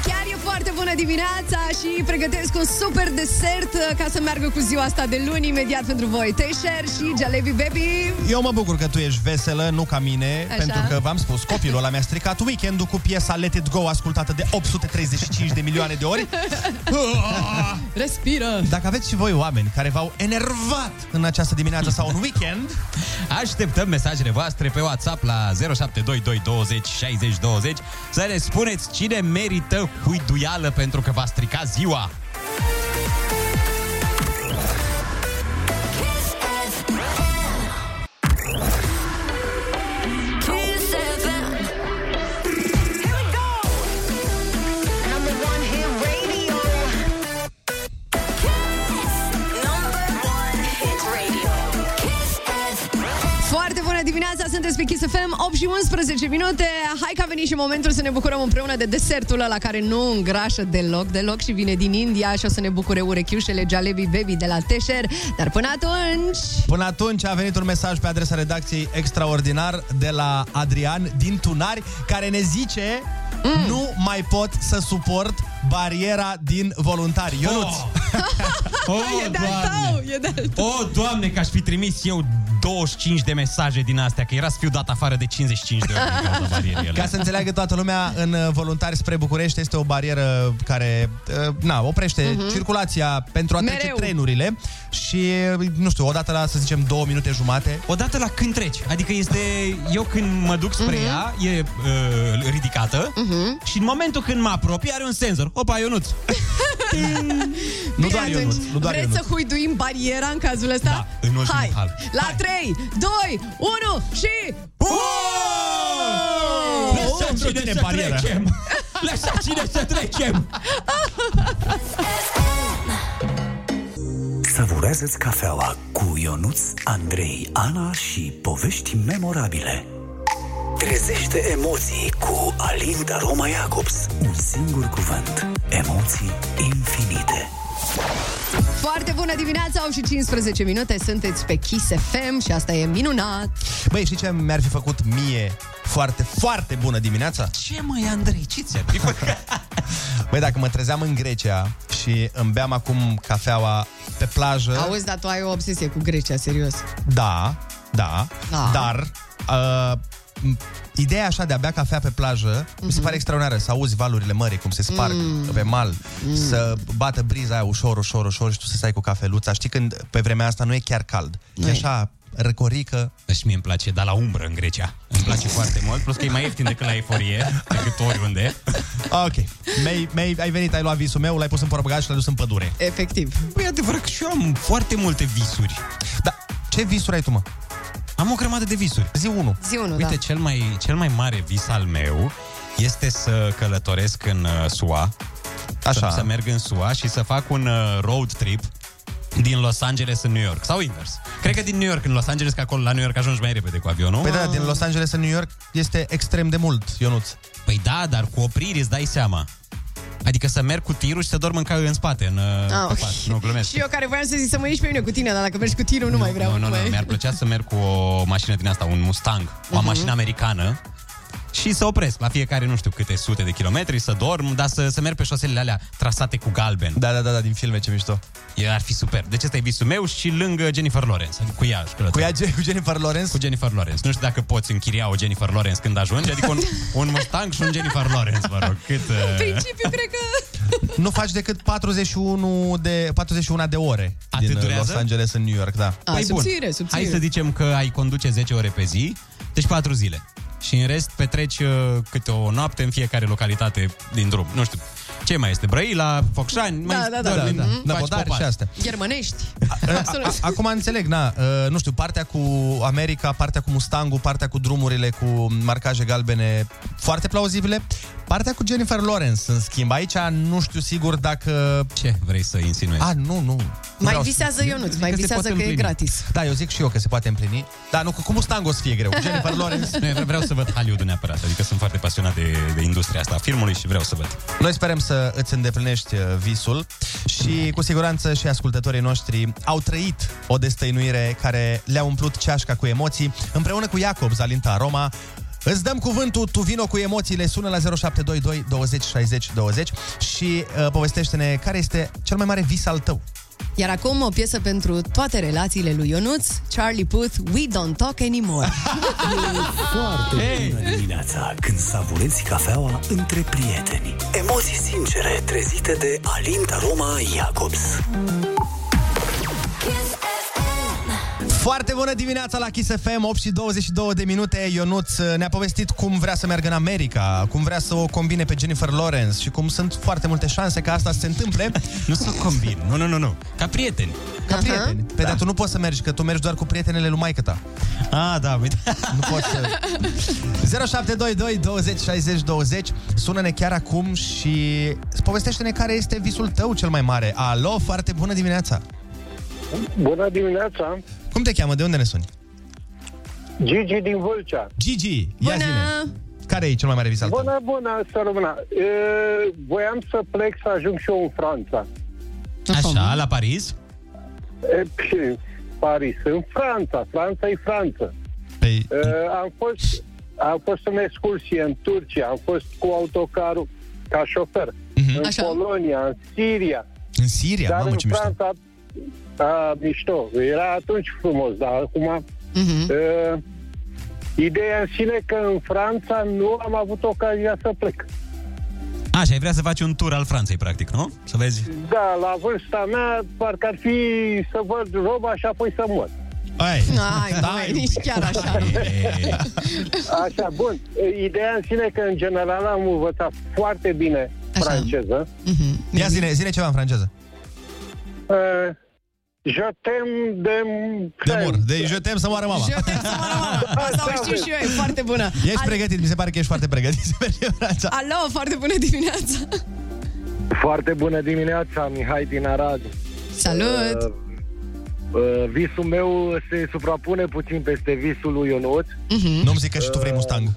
[SPEAKER 3] Chiar e foarte bună dimineața și pregătesc un super desert uh, ca să meargă cu ziua asta de luni imediat pentru voi. Teșer și Jalebi Baby.
[SPEAKER 1] Eu mă bucur că tu ești veselă, nu ca mine,
[SPEAKER 3] Așa.
[SPEAKER 1] Așa. pentru că v-am spus, copilul ăla mi-a stricat weekendul cu piesa Let It Go, ascultată de 835 de milioane de ori.
[SPEAKER 3] Respiră!
[SPEAKER 1] Dacă aveți și voi oameni care v-au enervat în această dimineață sau în weekend,
[SPEAKER 2] Așteptăm mesajele voastre pe WhatsApp la 0722 20 60 20 să ne spuneți cine merită huiduială pentru că v-a stricat ziua.
[SPEAKER 3] Foarte bună dimineața, sunteți sunteți pe Kiss FM, 8 și 11 minute. Hai că a venit și momentul să ne bucurăm împreună de desertul ăla care nu îngrașă deloc, deloc și vine din India și o să ne bucure urechiușele Jalebi Baby de la Teșer. Dar până atunci...
[SPEAKER 1] Până atunci a venit un mesaj pe adresa redacției extraordinar de la Adrian din Tunari, care ne zice mm. nu mai pot să suport bariera din voluntari. Ionuț!
[SPEAKER 2] Oh. O,
[SPEAKER 3] Oh! e de-al
[SPEAKER 2] Oh, Doamne!
[SPEAKER 3] tău, e de-al tău.
[SPEAKER 2] O, Doamne, că aș fi trimis eu 25 de mesaje din astea, că era să fiu dat afară de 55 de ori din cauza barierei ele.
[SPEAKER 1] Ca să înțeleagă toată lumea, în uh, voluntari spre București este o barieră care uh, na, oprește
[SPEAKER 2] Mhm.
[SPEAKER 1] circulația pentru a trece
[SPEAKER 2] Mereu.
[SPEAKER 1] trenurile și, uh, nu știu, odată la, să zicem, două minute jumate.
[SPEAKER 2] Odată la când treci. Adică este... Eu când mă duc spre
[SPEAKER 1] Mhm.
[SPEAKER 2] ea, e uh, ridicată
[SPEAKER 3] Mhm.
[SPEAKER 2] și în momentul când mă apropii are un senzor. Opa, Ionuț! Nu doar
[SPEAKER 3] atunci,
[SPEAKER 2] Ionuț, nu doar
[SPEAKER 3] Vreți
[SPEAKER 2] Ionuț.
[SPEAKER 3] să huiduim bariera în cazul ăsta?
[SPEAKER 2] Da, în ultimul
[SPEAKER 3] Hai,
[SPEAKER 2] hal.
[SPEAKER 3] la 3, 2, 1 și...
[SPEAKER 2] Oh! Lăsați-ne să trecem! Lăsați-ne să trecem!
[SPEAKER 12] Savurează-ți cafeaua cu Ionuț, Andrei, Ana și povești memorabile. Trezește emoții cu Alin Daroma Jacobs. Un singur cuvânt. Emoții infinite.
[SPEAKER 3] Foarte bună dimineața, au și 15 minute, sunteți pe Kiss FM și asta e minunat.
[SPEAKER 1] Băi, Păi, știi ce mi-ar fi făcut mie foarte, foarte bună dimineața?
[SPEAKER 2] Ce mai Andrei, ce ți-a
[SPEAKER 1] Băi, dacă mă trezeam în Grecia și îmi beam acum cafeaua pe plajă...
[SPEAKER 3] Auzi, dar tu ai o obsesie cu Grecia, serios.
[SPEAKER 1] Da, da,
[SPEAKER 3] Da.
[SPEAKER 1] da. dar uh, m- ideea așa de a bea cafea pe plajă mm-hmm. mi se pare extraordinară. Să auzi valurile mării, cum se sparg
[SPEAKER 2] Mm.
[SPEAKER 1] mm. pe mal, mm. să bată briza aia ușor, ușor, ușor și tu să stai cu cafeluța. Știi când pe vremea asta nu e chiar cald, e așa răcorică.
[SPEAKER 2] Deci mie îmi place, dar la umbră în Grecia. Îmi place foarte mult, plus că e mai ieftin decât la eforie, decât oriunde.
[SPEAKER 1] Ah, Ok, mai, mai, ai venit, ai luat visul meu, l-ai pus în portbagaj și l-ai dus în pădure.
[SPEAKER 3] Efectiv.
[SPEAKER 2] Păi e adevărat că și eu am foarte multe visuri.
[SPEAKER 1] Da, ce visuri ai tu, mă?
[SPEAKER 2] Am o grămadă de visuri.
[SPEAKER 1] Zi 1.
[SPEAKER 3] Zi unul,
[SPEAKER 2] Uite,
[SPEAKER 3] da.
[SPEAKER 2] cel mai, cel mai mare vis al meu este să călătoresc în uh, SUA.
[SPEAKER 1] Așa.
[SPEAKER 2] Să, să merg în SUA și să fac un uh, road trip din Los Angeles în New York. Sau invers. Cred că din New York în Los Angeles, că acolo la New York ajungi mai repede cu avionul.
[SPEAKER 1] Păi da, din Los Angeles în New York este extrem de mult, Ionuț.
[SPEAKER 2] Păi da, dar cu opriri îți dai seama. Adică să merg cu tirul și să dorm în, ca, în spate, în,
[SPEAKER 3] Ah,
[SPEAKER 2] ah,
[SPEAKER 3] ok.
[SPEAKER 2] pe pat. Nu, glumesc.
[SPEAKER 3] Și eu care voiam să zic să mă ieși pe mine cu tine, dar dacă mergi cu tirul, nu, mai vreau.
[SPEAKER 2] Nu, nu, nu,
[SPEAKER 3] mai...
[SPEAKER 2] mi-ar plăcea să merg cu o mașină din asta, un Mustang, o
[SPEAKER 3] Mhm.
[SPEAKER 2] mașină americană și să opresc la fiecare nu știu câte sute de kilometri, să dorm, dar să, să merg pe șoselele alea trasate cu galben.
[SPEAKER 1] Da, da, da, da din filme, ce mișto.
[SPEAKER 2] E, ar fi super. Deci ăsta e visul meu și lângă Jennifer Lawrence, adică cu ea. aș călători.
[SPEAKER 1] Cu, ea, cu Jennifer Lawrence?
[SPEAKER 2] Cu Jennifer Lawrence. Nu știu dacă poți închiria o Jennifer Lawrence când ajungi, adică un, un Mustang și un Jennifer Lawrence, vă rog. Cât,
[SPEAKER 3] În
[SPEAKER 2] uh,
[SPEAKER 3] principiu, cred că...
[SPEAKER 1] Nu faci decât 41 de, 41 de ore
[SPEAKER 2] Atât
[SPEAKER 1] din uh,
[SPEAKER 2] durează?
[SPEAKER 1] Los Angeles în New York, da.
[SPEAKER 3] A, subțire, subțire.
[SPEAKER 2] Păi Hai să zicem că ai conduce 10 ore pe zi, deci 4 zile. Și în rest petreci uh, câte o noapte în fiecare localitate din drum. Nu știu, ce mai este? Brăila, Focșani, mai
[SPEAKER 3] Da, da, da,
[SPEAKER 2] doar
[SPEAKER 3] da,
[SPEAKER 2] din-
[SPEAKER 3] da.
[SPEAKER 2] faci
[SPEAKER 1] Năvodari
[SPEAKER 2] popas.
[SPEAKER 1] și astea.
[SPEAKER 3] Germănești.
[SPEAKER 1] Eh, A-
[SPEAKER 3] Absolut.
[SPEAKER 1] a- Acum înțeleg, na, uh, nu știu, partea cu America, partea cu Mustangul, partea cu drumurile cu marcaje galbene foarte plauzibile. Partea cu Jennifer Lawrence, în schimb, aici nu știu sigur dacă...
[SPEAKER 2] Ce vrei să insinuezi?
[SPEAKER 1] A, nu, nu.
[SPEAKER 3] Mai
[SPEAKER 1] Vreau să-
[SPEAKER 3] visează Ionuț, mai
[SPEAKER 1] că se
[SPEAKER 3] visează
[SPEAKER 1] poate
[SPEAKER 3] că e
[SPEAKER 1] împlini.
[SPEAKER 3] gratis.
[SPEAKER 1] Da, eu zic și eu că se poate împlini. Da, nu, cu cu Mustang o să fie greu. Jennifer Lawrence.
[SPEAKER 2] Nu, eu vreau să văd Hollywood neapărat, adică sunt foarte pasionat de, de industria asta a filmului și vreau să văd.
[SPEAKER 1] Noi sperăm să îți îndeplinești uh, visul și cu siguranță și ascultătorii noștri au trăit o destăinuire care le-a umplut ceașca cu emoții. Împreună cu Iacob Zalinta Roma, Îți dăm cuvântul, tu vino cu emoțiile, sună la 0722 20 60 20 și uh, povestește-ne care este cel mai mare vis al tău.
[SPEAKER 3] Iar acum o piesă pentru toate relațiile lui Ionuț, Charlie Puth, We Don't Talk Anymore.
[SPEAKER 12] Foarte bună dimineața când savurezi cafeaua între prieteni. Emoții sincere trezite de Alin Daroma Jacobs.
[SPEAKER 1] Foarte bună dimineața la Kiss FM, 8 și 22 de minute. Ionuț uh, ne-a povestit cum vrea să meargă în America, cum vrea să o combine pe Jennifer Lawrence și cum sunt foarte multe șanse ca asta să se întâmple.
[SPEAKER 2] Nu să combin, nu, nu, nu, nu. Ca prieteni.
[SPEAKER 1] Ca prieteni. Pe Păi, dar tu nu poți să mergi, că tu mergi doar cu prietenele lui maică ta.
[SPEAKER 2] Ah, da, uite.
[SPEAKER 1] Nu poți să... 0722 20 60 20 Sună-ne chiar acum și povestește-ne care este visul tău cel mai mare. Alo, foarte bună dimineața!
[SPEAKER 13] Bună dimineața!
[SPEAKER 1] Cum te cheamă? De unde ne suni?
[SPEAKER 8] Gigi din Vâlcea.
[SPEAKER 1] Gigi, ia zine. Care e cel mai mare vis al tău?
[SPEAKER 8] Bună, bună, să rămână. E, voiam să plec să ajung și eu în Franța.
[SPEAKER 2] Așa, la Paris?
[SPEAKER 8] E, și în Paris, în Franța. Franța e Franța.
[SPEAKER 1] Păi...
[SPEAKER 8] E, am fost, am fost în excursie în Turcia, am fost cu autocarul ca șofer. Mm-hmm. În Așa. Polonia, în Siria.
[SPEAKER 1] În Siria?
[SPEAKER 8] Dar
[SPEAKER 1] Mamă,
[SPEAKER 8] în
[SPEAKER 1] ce mișto.
[SPEAKER 8] Franța, a, mișto. Era atunci frumos, dar acum...
[SPEAKER 3] Mhm.
[SPEAKER 8] Mm-hmm. Uh, ideea în sine că în Franța nu am avut ocazia să plec.
[SPEAKER 2] Așa, ai vrea să faci un tur al Franței, practic, nu? Să vezi.
[SPEAKER 8] Da, la vârsta mea, parcă ar fi să văd roba și apoi să mor.
[SPEAKER 1] Ai.
[SPEAKER 3] Ai, da, nici chiar așa.
[SPEAKER 8] Așa, bun. Ideea în sine că, în general, am învățat foarte bine Așa. franceză.
[SPEAKER 3] Mhm.
[SPEAKER 1] Ia zine, zine ceva în franceză.
[SPEAKER 8] Uh, je t'aime de...
[SPEAKER 1] De mor,
[SPEAKER 8] Da.
[SPEAKER 1] de je t'aime să moară mama.
[SPEAKER 3] Je t'aime să moară mama. Asta o știu și eu, e foarte bună.
[SPEAKER 1] Ești pregătit, mi se pare că ești foarte pregătit să mergi în Franța.
[SPEAKER 3] Alo, foarte bună dimineața!
[SPEAKER 13] Foarte bună dimineața, Mihai din Arad.
[SPEAKER 3] Salut!
[SPEAKER 13] Uh, uh, visul meu se suprapune puțin peste visul lui Ionuț.
[SPEAKER 1] Mhm. Nu-mi zic că și tu vrei Mustang.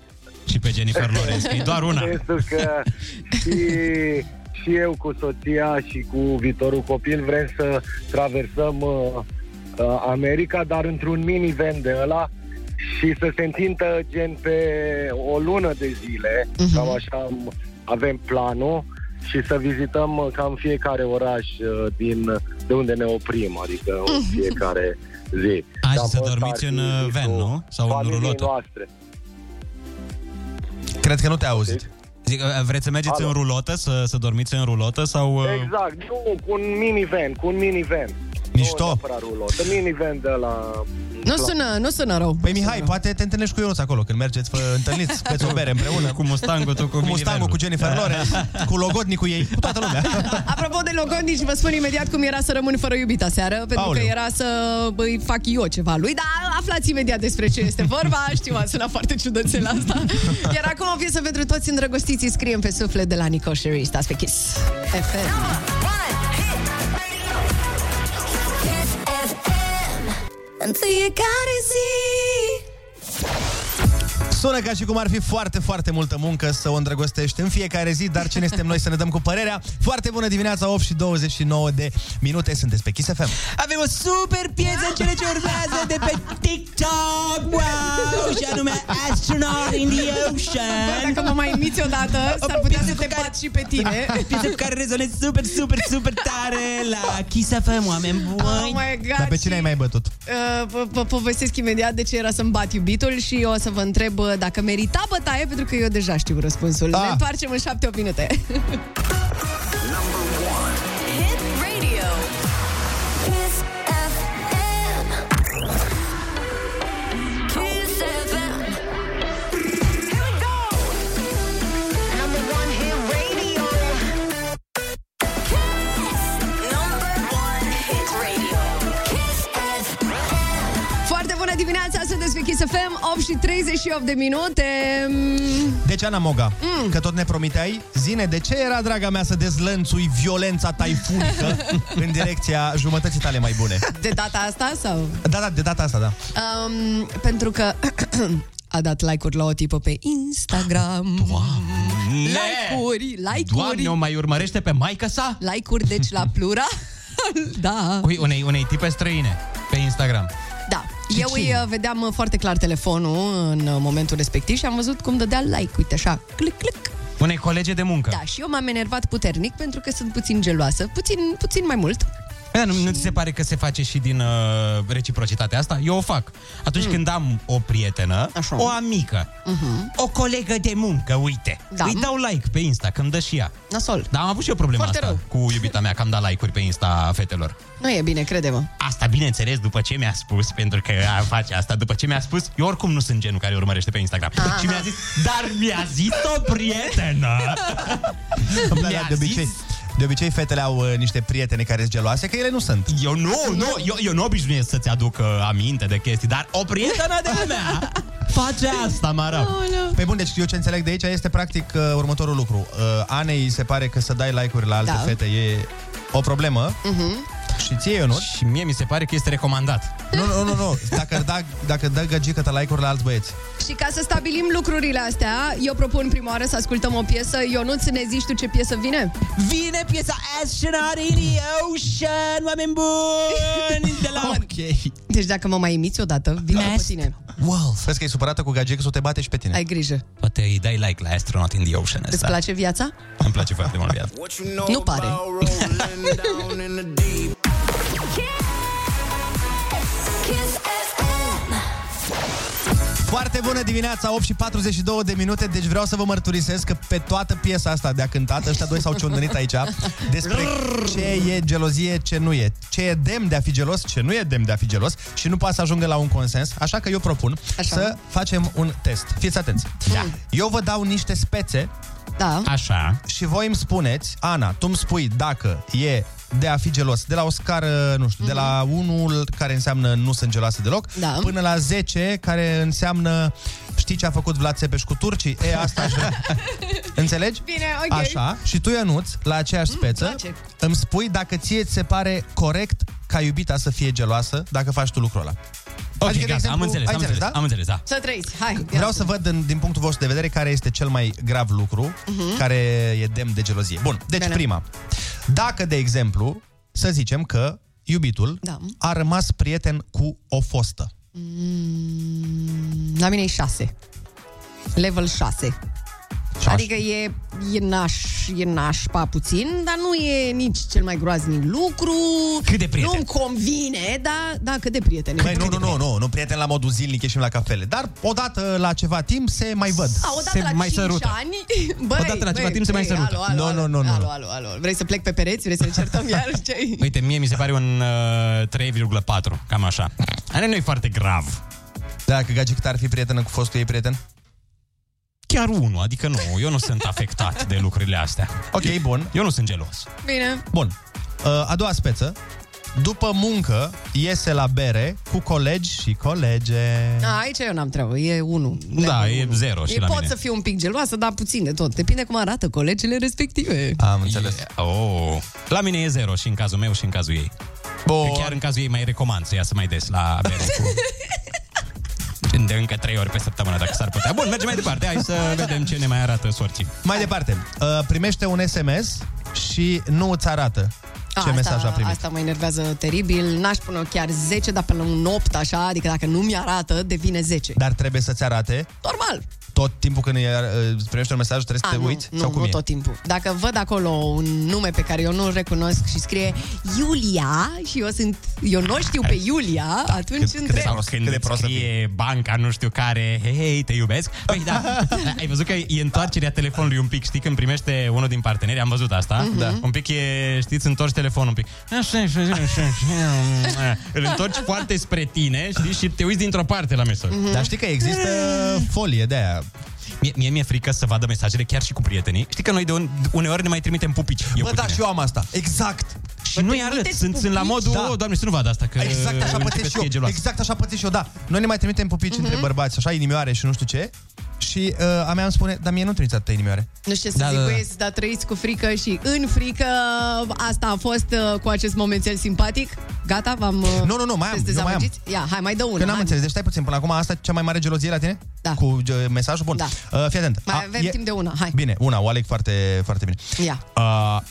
[SPEAKER 2] Și pe Jennifer Lawrence, e doar una.
[SPEAKER 13] Pentru că și, și eu cu soția și cu viitorul copil vrem să traversăm uh, uh, America, dar într-un minivan de ăla și să se întintă gen pe o lună de zile,
[SPEAKER 2] Mhm.
[SPEAKER 13] uh-huh. cam așa am- avem planul și să vizităm uh, cam fiecare oraș uh, din de unde ne oprim, adică în fiecare zi.
[SPEAKER 2] A,
[SPEAKER 13] Cam
[SPEAKER 2] și să
[SPEAKER 13] ăsta ar
[SPEAKER 2] dormiți
[SPEAKER 13] fi
[SPEAKER 2] în uh, van, nu? Sau în
[SPEAKER 13] familiei
[SPEAKER 2] rulotă?
[SPEAKER 13] noastre.
[SPEAKER 1] Cred că nu te-a auzit.
[SPEAKER 2] Zic, uh, vreți să mergeți
[SPEAKER 13] Alo.
[SPEAKER 2] în rulotă, să, să dormiți în rulotă sau... uh,
[SPEAKER 13] Exact, nu, cu un minivan, cu un minivan.
[SPEAKER 1] Mișto.
[SPEAKER 13] Nu neapărat rulotă, minivan de la...
[SPEAKER 3] Nu sună, nu sună rău.
[SPEAKER 1] Păi Mihai, poate te întâlnești cu Ionuț acolo când mergeți, vă întâlniți, beți o bere împreună.
[SPEAKER 2] Cu Mustangul, tu cu
[SPEAKER 1] Cu Mustangul, cu Jennifer Lawrence, cu logodnicul ei, cu toată lumea.
[SPEAKER 3] Apropo de logodnici, vă spun imediat cum era să rămân fără iubita seară, pentru
[SPEAKER 1] Aoleu.
[SPEAKER 3] că era să îi fac eu ceva lui, dar aflați imediat despre ce este vorba. Știu, a sunat foarte ciudățel asta. Iar acum o piesă pentru toți îndrăgostiții, scriem pe suflet de la Nico Sherry. Stați pe Kiss FM.
[SPEAKER 4] Kiss FM. În fiecare zi
[SPEAKER 1] Sună ca și cum ar fi foarte, foarte multă muncă să o îndrăgostești în fiecare zi, dar cine suntem noi să ne dăm cu părerea? Foarte bună dimineața, 8 și 29 de minute, sunteți pe Kiss FM.
[SPEAKER 14] Avem o super piesă în cele ce urmează de pe TikTok, wow, și anume Astronaut in the
[SPEAKER 3] Bă,
[SPEAKER 1] Da,
[SPEAKER 14] Ocean.
[SPEAKER 3] dacă mă mai imiți odată, s-ar putea să te bat și pe tine.
[SPEAKER 14] Piesă cu care rezonez super, super, super tare la Kiss FM, oameni
[SPEAKER 3] Oh
[SPEAKER 14] buni.
[SPEAKER 3] my God,
[SPEAKER 1] Dar pe
[SPEAKER 3] și,
[SPEAKER 1] cine ai mai bătut?
[SPEAKER 3] uh, Vă vă povestesc imediat de ce era să-mi bat iubitul și eu o să vă întreb uh, dacă merita bătaie, pentru că eu deja știu răspunsul.
[SPEAKER 1] Ah.
[SPEAKER 3] Ne întoarcem în 7-8 minute.
[SPEAKER 4] Hit Radio Kiss FM Kiss FM Here we go Number one hit radio Kiss Number one hit radio Kiss FM
[SPEAKER 3] Foarte bună dimineața, sunteți pe Kiss FM, 8 și 38 de minute. Mm,
[SPEAKER 1] Deci, Ana Moga, mm. că tot ne promiteai, zine, de ce era, draga mea, să dezlănțui violența taifunică în direcția jumătății tale mai bune?
[SPEAKER 3] De data asta sau?
[SPEAKER 1] Da, da, de data asta, da.
[SPEAKER 3] Um, pentru că a dat like-uri la o tipă pe Instagram. Like-uri,
[SPEAKER 2] Doamne, o
[SPEAKER 3] like-uri,
[SPEAKER 2] mai urmărește pe maica sa?
[SPEAKER 3] like-uri, deci la plural. da.
[SPEAKER 2] Ui, unei, unei tipe străine pe Instagram.
[SPEAKER 3] Da. Eu
[SPEAKER 2] ce
[SPEAKER 3] îi
[SPEAKER 2] e?
[SPEAKER 3] uh, vedeam uh, foarte clar telefonul în uh, momentul respectiv și am văzut cum dădea like, uite așa, clic, clic.
[SPEAKER 2] Unei colege de muncă.
[SPEAKER 3] Da, și eu m-am enervat puternic pentru că sunt puțin geloasă, puțin, puțin mai mult.
[SPEAKER 2] Da, nu, nu ți se pare că se face și din uh, reciprocitatea asta? Eu o fac. Atunci mm. când am o prietenă, Așa. o amică, mm-hmm. o colegă de muncă, uite,
[SPEAKER 3] Da.
[SPEAKER 2] da. îi dau like pe Insta, când dă și ea.
[SPEAKER 3] Nasol. Da.
[SPEAKER 2] Dar am avut și eu problema
[SPEAKER 3] Foarte
[SPEAKER 2] asta cu iubita mea, că am dat like-uri pe Insta fetelor.
[SPEAKER 3] Nu e bine, crede-mă.
[SPEAKER 2] Asta, bineînțeles, după ce mi-a spus, pentru că a face asta, după ce mi-a spus, eu oricum nu sunt genul care urmărește pe Instagram.
[SPEAKER 14] Ah.
[SPEAKER 2] Aha. Și mi-a zis, dar mi-a zis o prietenă.
[SPEAKER 1] Îmi place,
[SPEAKER 2] Mi-a
[SPEAKER 1] de obicei, de obicei, fetele au uh, niște prietene care sunt geloase, că ele nu sunt.
[SPEAKER 2] Eu nu, nu, eu, eu nu obișnuiesc să-ți aduc uh, aminte de chestii, dar o prietenă de-a mea face asta, mă rog.
[SPEAKER 14] Oh,
[SPEAKER 1] Pe bun, deci eu ce înțeleg de aici este practic uh, următorul lucru. Uh, Anei se pare că să dai like-uri la alte
[SPEAKER 3] Da.
[SPEAKER 1] da. fete e o problemă. Uh-huh. Și ție, nu?
[SPEAKER 2] Și mie mi se pare că este recomandat.
[SPEAKER 1] Nu, nu, nu, nu. Dacă dă, dacă dă găgică ta like-uri la alți băieți.
[SPEAKER 3] Și ca să stabilim lucrurile astea, eu propun prima oară să ascultăm o piesă. Ionuț, ne zici tu ce piesă vine?
[SPEAKER 14] Vine piesa Astronaut in the Ocean, oameni buni! De la...
[SPEAKER 1] Ok.
[SPEAKER 3] Deci dacă mă mai imiți odată, vine pe tine.
[SPEAKER 1] Wow. Vezi că e supărată cu gagică să o te bate și pe tine.
[SPEAKER 3] Ai grijă.
[SPEAKER 2] Poate îi dai like la Astronaut in the Ocean
[SPEAKER 3] Îți
[SPEAKER 2] ăsta.
[SPEAKER 3] place viața?
[SPEAKER 2] Îmi place foarte mult viața.
[SPEAKER 3] Nu pare.
[SPEAKER 1] Foarte bună dimineața, 8 și 42 de minute, deci vreau să vă mărturisesc că pe toată piesa asta de a cântat, ăștia doi s-au ciondănit aici despre ce e gelozie, ce nu e, ce e demn de a fi gelos, ce nu e demn de a fi gelos și nu poate să ajungă la un consens, așa că eu propun
[SPEAKER 3] Așa.
[SPEAKER 1] să facem un test. Fiți atenți! Da. Eu vă dau niște spețe
[SPEAKER 3] da.
[SPEAKER 2] Așa.
[SPEAKER 1] și voi îmi spuneți, Ana, tu îmi spui dacă e de a fi gelos, de la o scară, nu știu, mm-hmm. de la 1 care înseamnă nu sunt geloasă deloc,
[SPEAKER 3] Mhm. Da.
[SPEAKER 1] până la 10 care înseamnă știi ce a făcut Vlad Țepeș cu turcii? E, asta aș vrea. Înțelegi?
[SPEAKER 3] Bine, ok. Mm,
[SPEAKER 1] Așa. Și tu, Ionuț, la aceeași speță,
[SPEAKER 3] place.
[SPEAKER 1] îmi spui dacă ție ți se pare corect ca iubita să fie geloasă dacă faci tu lucrul ăla.
[SPEAKER 2] Ok,
[SPEAKER 1] Adică, de
[SPEAKER 2] gata, am înțeles,
[SPEAKER 1] ai
[SPEAKER 2] am înțeles, am înțeles, da.
[SPEAKER 3] Să trăiți, hai. ia
[SPEAKER 1] Vreau
[SPEAKER 3] să-
[SPEAKER 1] să văd din, din punctul vostru de vedere care este cel mai grav lucru
[SPEAKER 3] Mhm. Da,
[SPEAKER 1] uh-huh. care e demn de gelozie. Bun, deci
[SPEAKER 3] Bine.
[SPEAKER 1] prima. Dacă, de exemplu, să zicem că iubitul
[SPEAKER 3] Da.
[SPEAKER 1] a rămas prieten cu o fostă.
[SPEAKER 3] La mine e 6. Level 6. Adică e, e, naș, e nașpa puțin, dar nu e nici cel mai groaznic lucru.
[SPEAKER 2] Cât de prieten? Păi
[SPEAKER 3] Nu-mi convine, dar da, cât de prieten.
[SPEAKER 1] Băi, nu, nu, nu, nu, nu prieten la modul zilnic, ieșim la cafele. Dar odată la ceva timp se mai văd.
[SPEAKER 3] A, odată se la mai 5 sărută. ani băi,
[SPEAKER 2] Odată la
[SPEAKER 3] băi,
[SPEAKER 2] ceva timp se mai
[SPEAKER 3] băi,
[SPEAKER 2] sărută.
[SPEAKER 3] Alo, alo,
[SPEAKER 2] Nu,
[SPEAKER 3] alo,
[SPEAKER 2] nu, nu, nu.
[SPEAKER 3] Alo, alo, alo. Vrei să plec pe pereți? Vrei să ne certăm iar? ce
[SPEAKER 2] Uite, mie mi se pare un uh, 3,4, cam așa. Are nu e foarte grav.
[SPEAKER 1] Dacă Gagic ar fi prietenă cu fostul ei prieten?
[SPEAKER 2] Chiar unul, adică nu, eu nu sunt afectat de lucrurile astea.
[SPEAKER 1] Ok, bun.
[SPEAKER 2] Eu nu sunt gelos.
[SPEAKER 3] Bine.
[SPEAKER 1] Bun. Uh, A doua speță. După muncă, iese la bere cu colegi și colege.
[SPEAKER 3] A, aici eu n-am treabă, e 1.
[SPEAKER 1] Da, e zero
[SPEAKER 3] E, pot să fiu un pic geloasă, dar puțin de tot. Depinde cum arată colegele respective.
[SPEAKER 1] Am înțeles.
[SPEAKER 2] Yeah. Oh. La mine e zero și în cazul meu și în cazul ei.
[SPEAKER 1] Bun.
[SPEAKER 2] Chiar în cazul ei mai recomand să iasă mai des la bere cu... De încă trei ori pe săptămână, dacă s-ar putea. Bun, mergem mai departe. Hai să vedem ce ne mai arată sorții.
[SPEAKER 1] Mai departe, uh, primește un SMS și nu îți arată ce
[SPEAKER 3] asta,
[SPEAKER 1] mesaj a primit.
[SPEAKER 3] Asta mă enervează teribil. N-aș pune chiar 10, dar până la un 8, așa, adică dacă nu mi-arată, devine 10.
[SPEAKER 1] Dar trebuie să-ți arate
[SPEAKER 3] Normal.
[SPEAKER 1] tot timpul când îi ar- uh, primești un mesaj, trebuie să
[SPEAKER 3] Ah, nu,
[SPEAKER 1] te uiți?
[SPEAKER 3] nu,
[SPEAKER 1] sau cum
[SPEAKER 3] nu
[SPEAKER 1] e?
[SPEAKER 3] tot timpul. Dacă văd acolo un nume pe care eu nu-l recunosc și scrie Iulia și eu sunt, eu nu știu pe Iulia, atunci întreb.
[SPEAKER 2] Sau când de prost scrie banca, nu știu care, hei, hei, te iubesc. Păi da, ai văzut că e întoarcerea telefonului un pic, știi, când primește unul din parteneri, am văzut asta,
[SPEAKER 14] Mhm. Da.
[SPEAKER 2] un pic e, știți, întorci telefonul un pic. Așa, așa, așa, așa, așa. Îl întorci foarte spre tine, știi, și te uiți dintr-o parte la mesaj.
[SPEAKER 1] Mhm. Dar știi că există folie de aia.
[SPEAKER 2] Mie, mie mi-e frică să vadă mesajele chiar și cu prietenii. Știi că noi de un, uneori ne mai trimitem pupici. Eu
[SPEAKER 1] Bă,
[SPEAKER 2] cu
[SPEAKER 1] da,
[SPEAKER 2] tine.
[SPEAKER 1] și eu am asta. Exact.
[SPEAKER 2] Și nu-i arăt. Sunt, sunt la
[SPEAKER 1] pupici?
[SPEAKER 2] modul,
[SPEAKER 1] Da.
[SPEAKER 2] da. doamne, să nu vadă asta, că
[SPEAKER 1] Exact așa
[SPEAKER 2] începe
[SPEAKER 1] pățesc
[SPEAKER 2] să
[SPEAKER 1] și
[SPEAKER 2] fie
[SPEAKER 1] eu.
[SPEAKER 2] geloasă.
[SPEAKER 1] Exact așa pățesc și eu, da. Noi ne mai trimitem pupici între bărbați, așa, inimioare și nu știu ce. Și uh, a mea îmi spune, dar mie nu trimiți atâtea inimioare.
[SPEAKER 3] Nu știu ce să
[SPEAKER 1] Da,
[SPEAKER 3] da, zic,
[SPEAKER 1] da, da.
[SPEAKER 3] băieți, dar trăiți cu frică și în frică. Asta a fost uh, cu acest momentel simpatic. Gata, v-am... uh,
[SPEAKER 1] Nu, nu, nu, mai am,
[SPEAKER 3] sunteți
[SPEAKER 1] eu mai am.
[SPEAKER 3] dezamăgiți? Ia, hai, mai dă una.
[SPEAKER 1] Că n-am
[SPEAKER 3] hai.
[SPEAKER 1] înțeles, deci stai puțin, până acum asta e cea mai mare gelozie la tine? Da. Cu uh, mesajul? Bun. Da. Uh, fii atent.
[SPEAKER 3] Mai avem
[SPEAKER 1] e-
[SPEAKER 3] timp de una, hai.
[SPEAKER 1] Bine, una, o aleg foarte, foarte bine.
[SPEAKER 3] Ia.
[SPEAKER 1] Uh,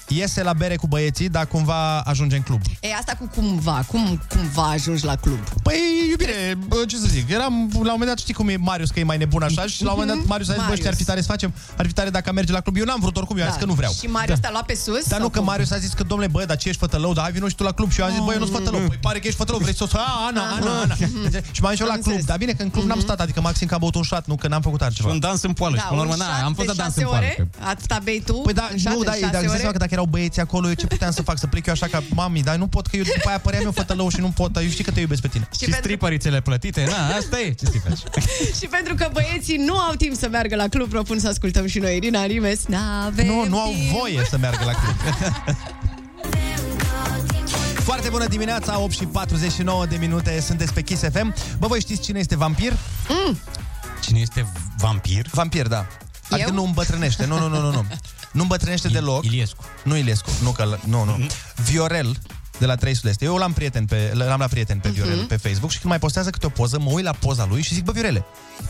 [SPEAKER 1] iese la bere cu băieții, dar cumva ajunge în club.
[SPEAKER 3] E, asta cu cumva, cum, cumva ajungi la club?
[SPEAKER 1] Păi, iubire, bă, ce să zic, eram la un moment dat, știi cum e Marius, că e mai nebun așa și la un moment dat Marius a zis, bă,
[SPEAKER 3] Mhm. Marius.
[SPEAKER 1] știi, ar fi tare să facem, ar fi tare dacă merge la club. Eu n-am vrut oricum, eu am zis că nu vreau.
[SPEAKER 3] Da.
[SPEAKER 1] Da.
[SPEAKER 3] Și Marius te-a luat pe sus?
[SPEAKER 1] Dar nu,
[SPEAKER 3] sau
[SPEAKER 1] că
[SPEAKER 3] cum?
[SPEAKER 1] Marius a zis că, domnule, bă, dar ce ești fătălău, dar ai vino și tu la club Și eu am zis, bă, eu nu
[SPEAKER 3] Mm.
[SPEAKER 1] sunt fătălău, păi pare că ești fătălău, vrei să o să... A, Ana,
[SPEAKER 3] Ah.
[SPEAKER 1] Ana, Ana Deci, Și m-am dus la club, dar bine că în club n-am
[SPEAKER 3] Mhm.
[SPEAKER 1] stat, adică maxim că am băut un șat, nu că n-am făcut altceva
[SPEAKER 2] Un dans în poală
[SPEAKER 1] Da,
[SPEAKER 2] și până la urmă,
[SPEAKER 3] Da, un
[SPEAKER 2] na,
[SPEAKER 3] șat
[SPEAKER 2] am
[SPEAKER 3] de
[SPEAKER 2] fost la dans
[SPEAKER 3] șase
[SPEAKER 2] în poală.
[SPEAKER 3] ore?
[SPEAKER 2] că-
[SPEAKER 3] Atâta bei tu?
[SPEAKER 1] Păi da,
[SPEAKER 3] Un șat
[SPEAKER 1] nu,
[SPEAKER 3] de
[SPEAKER 1] da,
[SPEAKER 3] șase
[SPEAKER 1] dacă îți dai
[SPEAKER 3] ore?
[SPEAKER 1] seama că dacă erau băieți acolo, eu ce puteam să fac? Să plec eu așa ca mami, dar nu pot, că eu după aia păream eu fătălău și nu pot, dar eu știi că te iubesc pe tine.
[SPEAKER 2] Și stripărițele plătite, na, asta e, ce să faci?
[SPEAKER 3] Și pentru că băieții nu au timp să meargă la club, propun să ascultăm și noi Irina Rimes. N-avem
[SPEAKER 1] Nu, nu au
[SPEAKER 3] timp.
[SPEAKER 1] voie să meargă la club. Foarte bună dimineața, 8 și 49 de minute, sunteți pe Kiss FM. Bă, voi știți cine este vampir?
[SPEAKER 3] Mm.
[SPEAKER 2] Cine este vampir?
[SPEAKER 1] Vampir, da. Adică nu îmbătrânește, nu, nu, nu, nu, nu. Nu îmbătrânește deloc. Iliescu. Nu Iliescu, nu că, nu, nu. Viorel de la 3 Sud-Est. Eu l-am, prieten pe, l-am la prieten pe Viorel
[SPEAKER 3] Mm-hmm.
[SPEAKER 1] pe Facebook și când mai postează câte o poză, mă uit la poza lui și zic, bă, Viorele,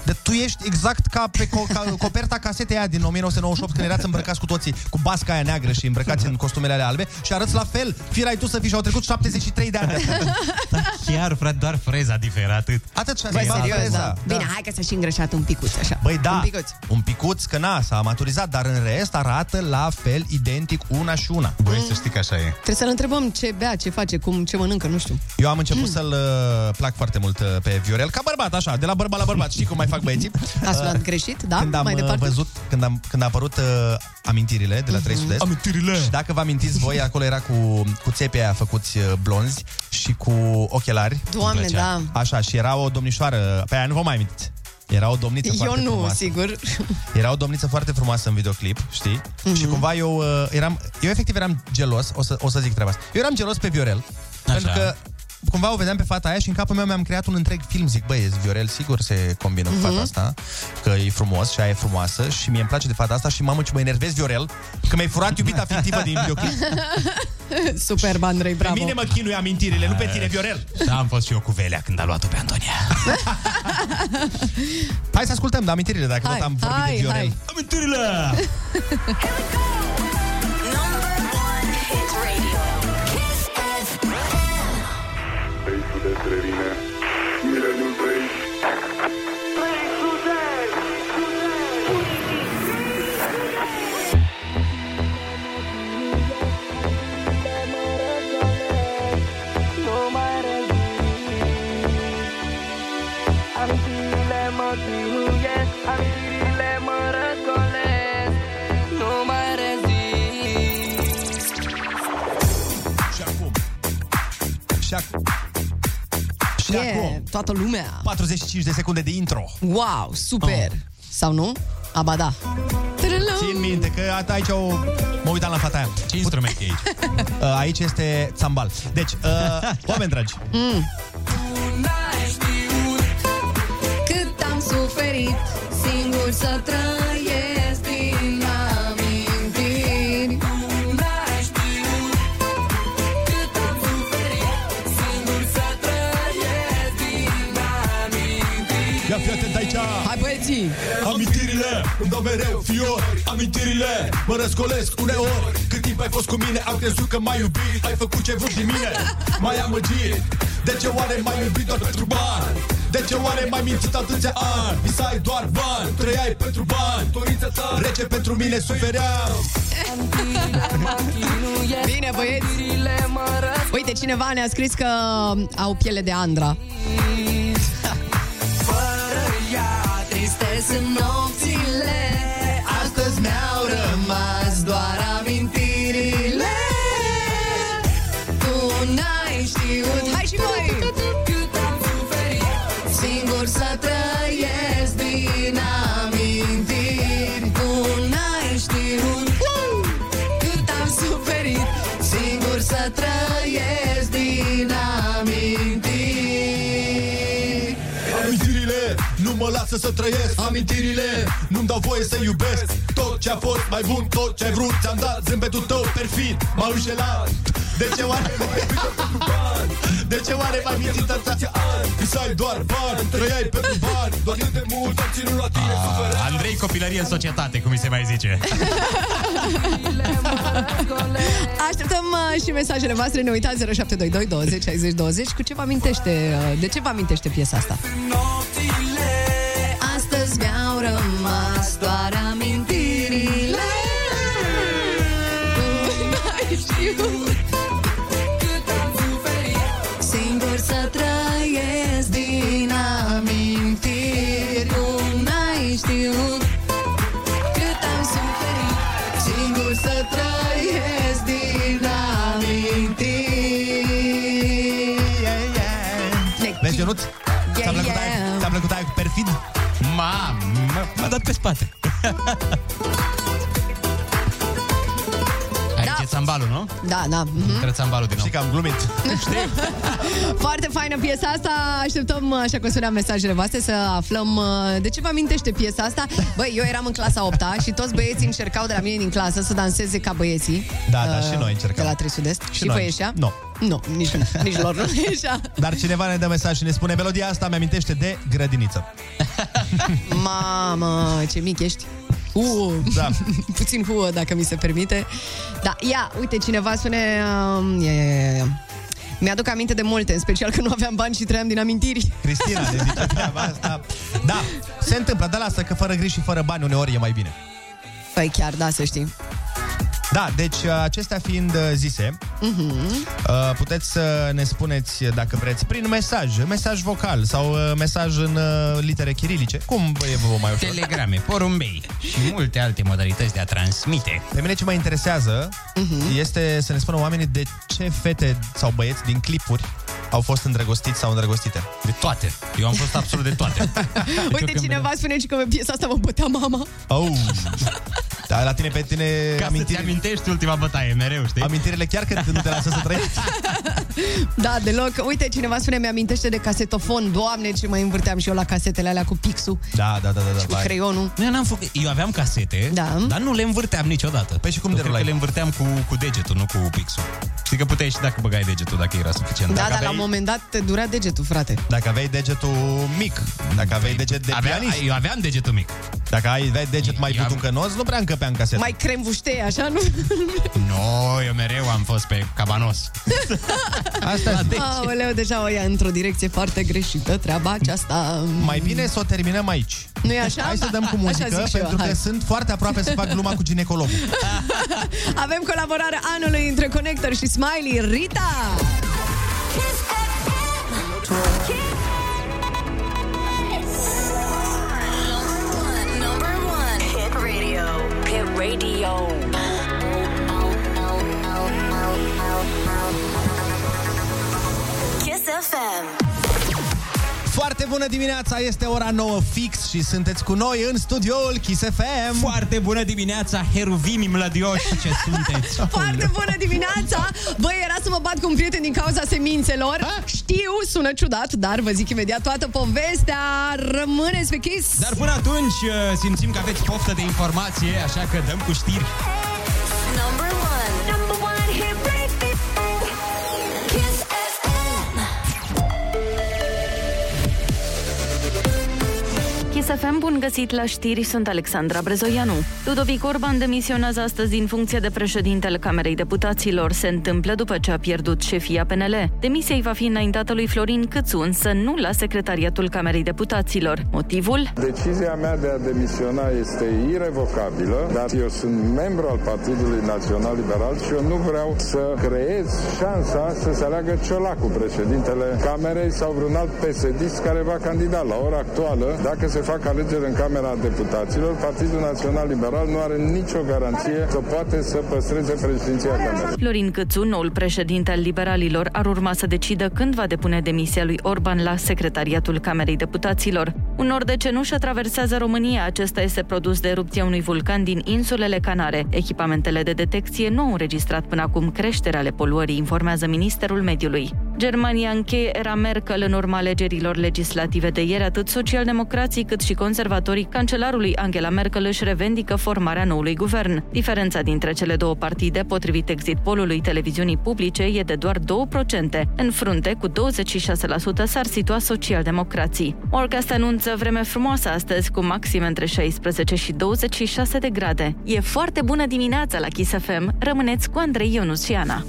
[SPEAKER 1] de tu ești exact ca pe co- ca coperta casetei aia din 1998 când erați îmbrăcați cu toții cu basca aia neagră și îmbrăcați în costumele alea albe și arăți la fel. Fir ai tu să fii și au trecut 73 de ani. de atunci.
[SPEAKER 2] Chiar, frate, doar freza diferă, atât.
[SPEAKER 1] Atât și-a
[SPEAKER 3] Băi,
[SPEAKER 1] schimbat
[SPEAKER 3] serios,
[SPEAKER 1] freza.
[SPEAKER 3] da. Bine, hai că s-a și îngrășat un picuț, așa.
[SPEAKER 1] Băi, da,
[SPEAKER 3] Un picuț.
[SPEAKER 1] un picuț că na, s-a maturizat, dar în rest arată la fel, identic, una și una.
[SPEAKER 2] Băi, să știi că așa e.
[SPEAKER 3] Trebuie să-l întrebăm ce bea, ce face, cum, ce mănâncă, nu știu.
[SPEAKER 1] Eu am început să-l uh, plac foarte mult uh, pe Viorel, ca bărbat, așa, de la bărbat la bărbat, știi cum mai fac băieții?
[SPEAKER 3] Ați
[SPEAKER 1] Uh,
[SPEAKER 3] luat greșit, da?
[SPEAKER 1] Când am
[SPEAKER 3] Mai
[SPEAKER 1] uh,
[SPEAKER 3] departe.
[SPEAKER 1] văzut, când, am, când a apărut uh, amintirile de la 3 sud
[SPEAKER 3] Mm-hmm.
[SPEAKER 1] Amintirile!
[SPEAKER 2] Da.
[SPEAKER 1] Și dacă vă amintiți voi, acolo era cu, cu țepii aia făcuți uh, blonzi și cu ochelari.
[SPEAKER 3] Doamne, da.
[SPEAKER 1] Îmi plăcea. Așa, și era o domnișoară, pe aia nu vă mai amintiți. Era o domniță
[SPEAKER 3] Eu
[SPEAKER 1] foarte
[SPEAKER 3] nu,
[SPEAKER 1] frumoasă.
[SPEAKER 3] sigur.
[SPEAKER 1] Era o domniță foarte frumoasă în videoclip, știi? Mm-hmm. Și cumva eu uh, eram, eu efectiv eram gelos, o să, o să zic treaba asta. Eu eram gelos pe Viorel, Așa. pentru că cumva o vedeam pe fata aia și în capul meu mi-am creat un întreg film. Zic, băi, Viorel sigur se combină mm-hmm.
[SPEAKER 15] Mhm.
[SPEAKER 1] cu fata asta, că e frumos și aia e frumoasă și mie îmi place de fata asta și mamă ce mă enervez Viorel, că mi-ai furat iubita fictivă din videoclip.
[SPEAKER 3] Super, Andrei, bravo.
[SPEAKER 1] Pe mine mă chinui amintirile, nu pe tine, Viorel.
[SPEAKER 2] Da, am fost și eu cu Velea când a luat-o pe Antonia.
[SPEAKER 1] Hai să ascultăm de amintirile, dacă
[SPEAKER 4] Hai,
[SPEAKER 1] tot am vorbit
[SPEAKER 4] hai,
[SPEAKER 1] de Viorel.
[SPEAKER 4] hai.
[SPEAKER 1] Amintirile!
[SPEAKER 4] Hit radio. Kiss FM.
[SPEAKER 16] No mai revin Amintirile mă ținuiesc Amintirile mă răscolesc Nu mai rezist
[SPEAKER 1] Și acum Și acum Și
[SPEAKER 3] Yeah,
[SPEAKER 1] acum
[SPEAKER 3] toată lumea.
[SPEAKER 1] 45 de secunde de intro
[SPEAKER 3] Wow, super. Sau nu? Aba da.
[SPEAKER 1] Oh. Țin minte că a- aici o... Mă uitam la fata aia Ce instrument e aici? Uh, Aici este țambal Deci, uh, oameni dragi
[SPEAKER 3] Mm. Cât am suferit singur să trăiesc din amintiri
[SPEAKER 1] Ia fi atent aici
[SPEAKER 3] Hai băieții
[SPEAKER 15] Amintirile îmi dau mereu fiori Amintirile mă răscolesc uneori Cât timp ai fost cu mine am crezut că m-ai iubit Ai făcut ce vrut din mine M-ai amăgit De ce oare m-ai iubit doar pentru bani? De ce oare m-ai mințit atâția ani? Visai doar bani, trăiai pentru bani Dorința ta rece pentru mine sufeream
[SPEAKER 3] Bine băieți Uite cineva ne-a scris că au piele de Andra
[SPEAKER 4] Fără ea, triste sunt nopțile Astăzi mi-au rămas doar amintirile Tu n-ai știut Hai și voi! Cât am suferit Singur să trăiesc din amintiri Tu n-ai știut Cât am suferit Singur să trăiesc din amintiri
[SPEAKER 15] Amintirile nu mă lasă să trăiesc Amintirile nu-mi dau voie să iubesc Tot ce a fost mai bun, tot ce ai vrut Ți-am dat zâmbetul tău perfid M-au înșelat De ce oare m-ai iubit doar pentru bani? De ce oare m-ai mințit atâția ani? Visai doar bani, trăiai pentru bani Doar cât de mult am ținut la tine
[SPEAKER 2] Ah, Andrei Copilărie în societate, cum mi se mai zice.
[SPEAKER 3] Așteptăm uh, și mesajele voastre Ne uitați 0722 20 60 20 Cu ce vă amintește, uh, de ce vă amintește piesa asta?
[SPEAKER 4] Astăzi mi-au rămas doar amintirile Nu mai știu cât am suferit Singur să trăiesc din amintiri Nu mai știu cât am suferit Singur să trăiesc din amintiri
[SPEAKER 1] Deci, Vezi, Ionuț? Ți-a plăcut
[SPEAKER 4] yeah.
[SPEAKER 1] aia? Ți-a plăcut aia cu perfid?
[SPEAKER 15] Da.
[SPEAKER 2] Mamă, m-a dat pe spate. Aici da. țambalul, nu?
[SPEAKER 3] Da, da. mhm.
[SPEAKER 2] Intră țambalul din nou. Știi
[SPEAKER 1] că am glumit.
[SPEAKER 3] Foarte faină piesa asta. Așteptăm, așa cum spuneam, mesajele voastre să aflăm uh, de ce vă amintește piesa asta. Băi, eu eram în clasa 8 și toți băieții încercau de la mine din clasă să danseze ca băieții.
[SPEAKER 1] Da, da,
[SPEAKER 3] Uh,
[SPEAKER 1] și noi
[SPEAKER 3] De
[SPEAKER 1] încercăm.
[SPEAKER 3] la 3 Sud-Est. Și, și vă ieșea?
[SPEAKER 1] Nu.
[SPEAKER 3] Nu, nici, nici lor nu ieșea.
[SPEAKER 1] Dar cineva ne dă mesaj și ne spune Melodia asta mi-amintește de grădiniță
[SPEAKER 3] Mamă, ce mic ești. Uh,
[SPEAKER 1] da.
[SPEAKER 3] puțin huă, dacă mi se permite. Da, ia, uite, cineva spune... Um, ia, ia, ia, ia. Mi-aduc aminte de multe, în special că nu aveam bani și trăiam din amintiri.
[SPEAKER 1] Cristina ne zice treaba asta Da, se întâmplă, dar lasă că fără griji și fără bani uneori e mai bine
[SPEAKER 3] Păi chiar, da, să știi
[SPEAKER 1] Da, deci acestea fiind uh, zise
[SPEAKER 3] Mhm.
[SPEAKER 1] Uh, Puteți să ne spuneți, uh, dacă vreți, prin mesaj, mesaj vocal sau uh, mesaj în uh, litere chirilice, cum vă e vouă mai ușor.
[SPEAKER 2] Telegrame, porumbei și multe alte modalități de a transmite.
[SPEAKER 1] Pe mine ce mă interesează uh-huh. este să ne spună oamenii de ce fete sau băieți din clipuri au fost îndrăgostiți sau îndrăgostite.
[SPEAKER 2] De toate. Eu am fost absolut de toate. Deci
[SPEAKER 3] Uite, cineva spune și că pe piesa asta mă bătea mama.
[SPEAKER 1] Oh. Da, la tine, pe tine
[SPEAKER 2] Ca amintiri... să ți amintești ultima bătaie, mereu, știi?
[SPEAKER 1] Amintirile chiar când nu te lasă să trăiești.
[SPEAKER 3] Da, deloc. Uite, cineva spune, mi-amintește de casetofon. Doamne, ce mai învârteam și eu la casetele alea cu pixul.
[SPEAKER 1] Da, da, da, da. da
[SPEAKER 3] Cu creionul.
[SPEAKER 2] Eu, n-am făcut, eu aveam casete, da. dar nu le învârteam niciodată. Păi și cum de le învârteam cu, cu degetul, nu cu pixul. Știi că puteai și dacă băgai degetul, dacă era suficient.
[SPEAKER 3] Da,
[SPEAKER 2] dacă
[SPEAKER 3] dar la un moment dat te durea degetul, frate.
[SPEAKER 1] Dacă aveai degetul mic, dacă aveai deget de
[SPEAKER 2] avea-
[SPEAKER 1] pianist.
[SPEAKER 2] Eu aveam degetul mic.
[SPEAKER 1] Dacă ai aveai deget mai butuncănos, nu prea încăpea în casetă.
[SPEAKER 3] Mai cremvuștei, așa, nu?
[SPEAKER 2] Nu, no, eu mereu am fost pe cabanos.
[SPEAKER 1] Asta
[SPEAKER 2] zic.
[SPEAKER 3] Aoleu, deja o ia într-o direcție foarte greșită treaba aceasta.
[SPEAKER 1] Mai bine să o terminăm aici.
[SPEAKER 3] Nu e așa?
[SPEAKER 1] Hai să dăm cu
[SPEAKER 3] Așa
[SPEAKER 1] muzică,
[SPEAKER 3] zic și eu,
[SPEAKER 1] pentru că
[SPEAKER 3] hai.
[SPEAKER 1] sunt foarte aproape să fac gluma cu ginecologul.
[SPEAKER 3] Avem colaborarea anului între Connector și Smiley, Rita!
[SPEAKER 4] Radio. Kiss FM.
[SPEAKER 1] Foarte bună dimineața, este ora 9 fix și sunteți cu noi în studioul Kiss FM.
[SPEAKER 2] Foarte bună dimineața, heruvimi mlădioși ce sunteți.
[SPEAKER 3] Foarte bună dimineața! Băi, era să mă bat cu un prieten din cauza semințelor. Știu, sună ciudat, dar vă zic imediat toată povestea. Rămâneți pe Kiss!
[SPEAKER 2] Dar până atunci uh, simțim că aveți poftă de informație, așa că dăm cu știri.
[SPEAKER 4] Number one. Number one hit radio. Kiss FM.
[SPEAKER 5] Kiss FM, bun găsit la știri, sunt Alexandra Brezoianu. Ludovic Orban demisionează astăzi din funcție de președintele Camerei Deputaților. Se întâmplă după ce a pierdut șefia PNL. Demisia îi va fi înaintată lui Florin Câțu, însă nu la secretariatul Camerei Deputaților. Motivul?
[SPEAKER 17] Decizia mea de a demisiona este irrevocabilă, dar eu sunt membru al Partidului Național Liberal și eu nu vreau să creez șansa să se aleagă Ciolacu, președintele Camerei sau vreun alt psd care va candida. La ora actuală, dacă se fac alegeri în Camera Deputaților, Partidul Național Liberal nu are nicio garanție că poate să păstreze președinția Camerei.
[SPEAKER 5] Florin Câțu, noul președinte al liberalilor, ar urma să decidă când va depune demisia lui Orban la secretariatul Camerei Deputaților. Un nor de cenușă traversează România. Acesta este produs de erupția unui vulcan din insulele Canare. Echipamentele de detecție nu au înregistrat până acum creșterea ale poluării, informează Ministerul Mediului. Germania încheie era Merkel în urma alegerilor legislative de ieri, atât socialdemocrații cât și conservatorii cancelarului Angela Merkel își revendică formarea noului guvern. Diferența dintre cele două partide, potrivit exit polului televiziunii publice, e de doar 2%. În frunte, cu 26% s-ar situa socialdemocrații. Orcast anunță vreme frumoasă astăzi, cu maxime între 16 și 26 de grade. E foarte bună dimineața la Kiss FM. Rămâneți cu Andrei Ionuț și Ana.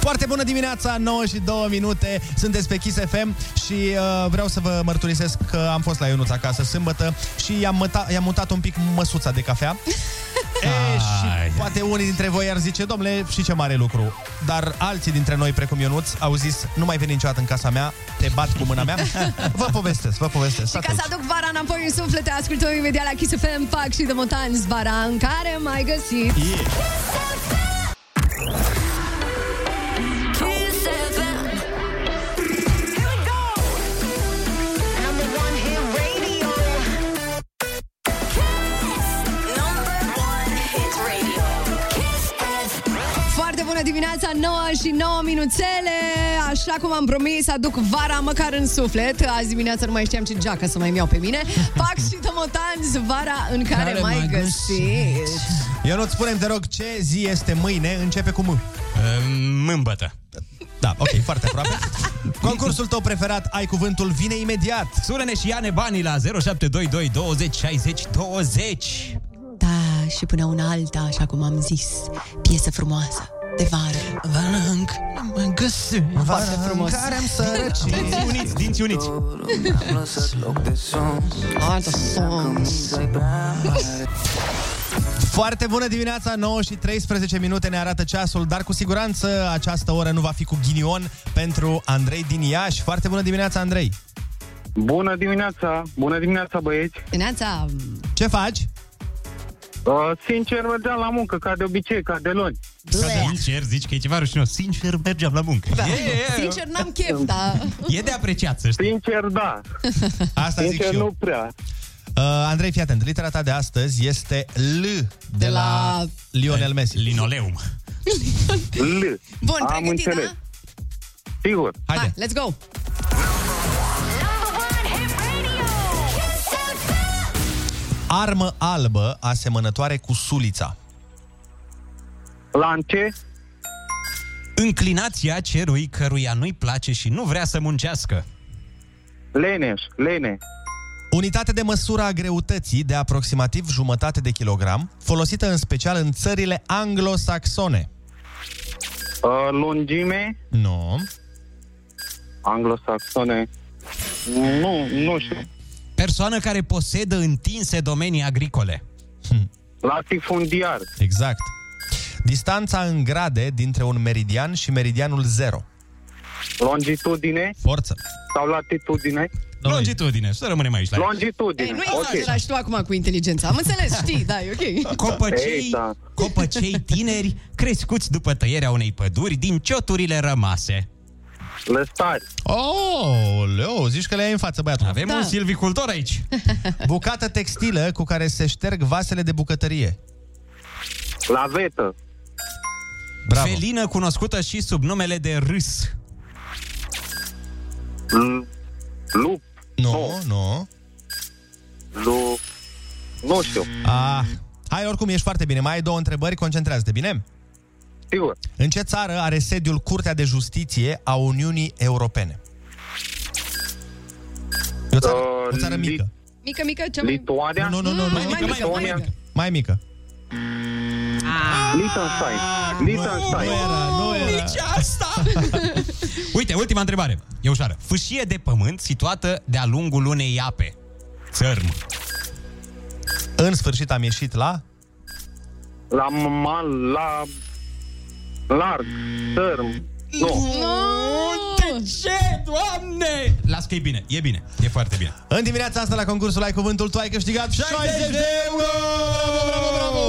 [SPEAKER 1] Foarte bună dimineața, 9 și 2 minute, sunteți pe Kiss FM și uh, vreau să vă mărturisesc că am fost la Ionuț acasă sâmbătă și i-am, măta, i-am mutat un pic măsuța de cafea. e, și poate unii dintre voi ar zice, domnule, și ce mare lucru. Dar alții dintre noi, precum Ionuț, au zis, nu mai veni niciodată în casa mea, te bat cu mâna mea. vă povestesc, vă povestesc.
[SPEAKER 3] Și ca să aduc vara înapoi în suflete, ascultăm imediat la Kiss FM, Pac și de Montans, vara în care mai găsit.
[SPEAKER 4] Kiss FM.
[SPEAKER 3] dimineața, 9 și 9 minuțele. Așa cum am promis, aduc vara măcar în suflet. Azi dimineața nu mai știam ce geacă să mai iau pe mine. Pac și tomotanți, vara în care,
[SPEAKER 1] Care mai
[SPEAKER 3] mai găsești.
[SPEAKER 1] Eu nu-ți spunem, te rog, ce zi este mâine, începe cu M.
[SPEAKER 2] Uh, Mâmbătă.
[SPEAKER 1] Da, ok, foarte aproape. Concursul tău preferat, ai cuvântul, vine imediat.
[SPEAKER 2] Sună-ne și ia-ne banii la 0722 20 60 20.
[SPEAKER 3] Da, și până una alta, așa cum am zis, piesă frumoasă de vară. Vară în mă găsi.
[SPEAKER 1] Foarte frumos. care am sărăcit.
[SPEAKER 2] Dinți uniți, dinți uniți.
[SPEAKER 16] Am lăsat loc de somn
[SPEAKER 3] Altă somn
[SPEAKER 1] Foarte bună dimineața, 9 și 13 minute ne arată ceasul, dar cu siguranță această oră nu va fi cu ghinion pentru Andrei din Iași. Foarte bună dimineața, Andrei!
[SPEAKER 18] Bună dimineața! Bună dimineața, băieți!
[SPEAKER 3] Neața,
[SPEAKER 1] Ce faci?
[SPEAKER 18] Uh, sincer, mergeam la muncă, ca de obicei, ca de luni.
[SPEAKER 2] Sincer, zici că e ceva rușinos. Sincer, mergeam la muncă.
[SPEAKER 3] da.
[SPEAKER 2] E, e, e.
[SPEAKER 3] Sincer, n-am chef, dar...
[SPEAKER 2] E de apreciat, să știi.
[SPEAKER 18] Sincer, da.
[SPEAKER 1] Asta zic
[SPEAKER 18] Sincer,
[SPEAKER 1] și eu.
[SPEAKER 18] nu prea.
[SPEAKER 1] Uh, Andrei, fii atent, litera ta de astăzi este L de, de la...
[SPEAKER 3] la-
[SPEAKER 1] Lionel Messi.
[SPEAKER 2] Linoleum.
[SPEAKER 18] L.
[SPEAKER 3] Bun, pregătit, da?
[SPEAKER 18] Sigur.
[SPEAKER 3] Hai, let's go!
[SPEAKER 1] Armă albă asemănătoare cu sulița.
[SPEAKER 18] Lance,
[SPEAKER 2] Înclinația cerui căruia nu-i place și nu vrea să muncească.
[SPEAKER 18] Leneș, Lene,
[SPEAKER 1] Unitate de măsură a greutății de aproximativ jumătate de kilogram, folosită în special în țările anglosaxone.
[SPEAKER 18] uh, lungime,
[SPEAKER 1] Nu.
[SPEAKER 18] anglosaxone. Nu, nu știu.
[SPEAKER 2] Persoană care posedă întinse domenii agricole.
[SPEAKER 18] Latifundiar,
[SPEAKER 1] Exact. Distanța în grade dintre un meridian și meridianul 0.
[SPEAKER 18] longitudine
[SPEAKER 1] Forță.
[SPEAKER 18] sau latitudine?
[SPEAKER 2] Longitudine, să rămânem aici. La...
[SPEAKER 18] Longitudine,
[SPEAKER 3] Ei, exact. nu
[SPEAKER 18] ok.
[SPEAKER 3] exagerați tu acum cu inteligența. Am înțeles, știi, da, e ok.
[SPEAKER 2] Copăcei,
[SPEAKER 18] Ei, da.
[SPEAKER 2] copăcei tineri crescuți după tăierea unei păduri din cioturile rămase.
[SPEAKER 18] Lăstari,
[SPEAKER 1] Oh, leu, zici că le ai în față, băiatul.
[SPEAKER 2] Avem
[SPEAKER 3] Da.
[SPEAKER 2] un silvicultor aici.
[SPEAKER 1] Bucată textilă cu care se șterg vasele de bucătărie.
[SPEAKER 18] lavetă,
[SPEAKER 1] Bravo.
[SPEAKER 2] Felină cunoscută și sub numele de râs.
[SPEAKER 18] l- lup,
[SPEAKER 2] Oh.
[SPEAKER 1] Nu, nu.
[SPEAKER 18] lu... Nu știu,
[SPEAKER 1] Ah. Hai, oricum, ești foarte bine. Mai ai două întrebări, concentrează-te, bine?
[SPEAKER 18] sigur.
[SPEAKER 1] În ce țară are sediul Curtea de Justiție a Uniunii Europene? E o țară,
[SPEAKER 18] Uh,
[SPEAKER 1] o țară
[SPEAKER 18] Lit-
[SPEAKER 1] mică.
[SPEAKER 3] Mică, mică, ce mai...
[SPEAKER 18] Lituania?
[SPEAKER 1] Nu, nu, nu, nu.
[SPEAKER 3] Mm, Mai mică, mai mică, mai mică.
[SPEAKER 1] Mai mică.
[SPEAKER 18] Liechtenstein.
[SPEAKER 2] Ah,
[SPEAKER 18] Liechtenstein.
[SPEAKER 1] nu era.
[SPEAKER 2] asta! Uite, ultima întrebare. E ușoară. Fâșie de pământ situată de-a lungul unei ape. Țărm.
[SPEAKER 1] În sfârșit am ieșit la...
[SPEAKER 18] La mal, la... Larg, tărm. Nu.
[SPEAKER 3] Oh!
[SPEAKER 2] De ce, doamne? Las că e bine, e bine, e foarte bine.
[SPEAKER 1] În dimineața asta la concursul Ai Cuvântul, tu ai câștigat 60 de euro!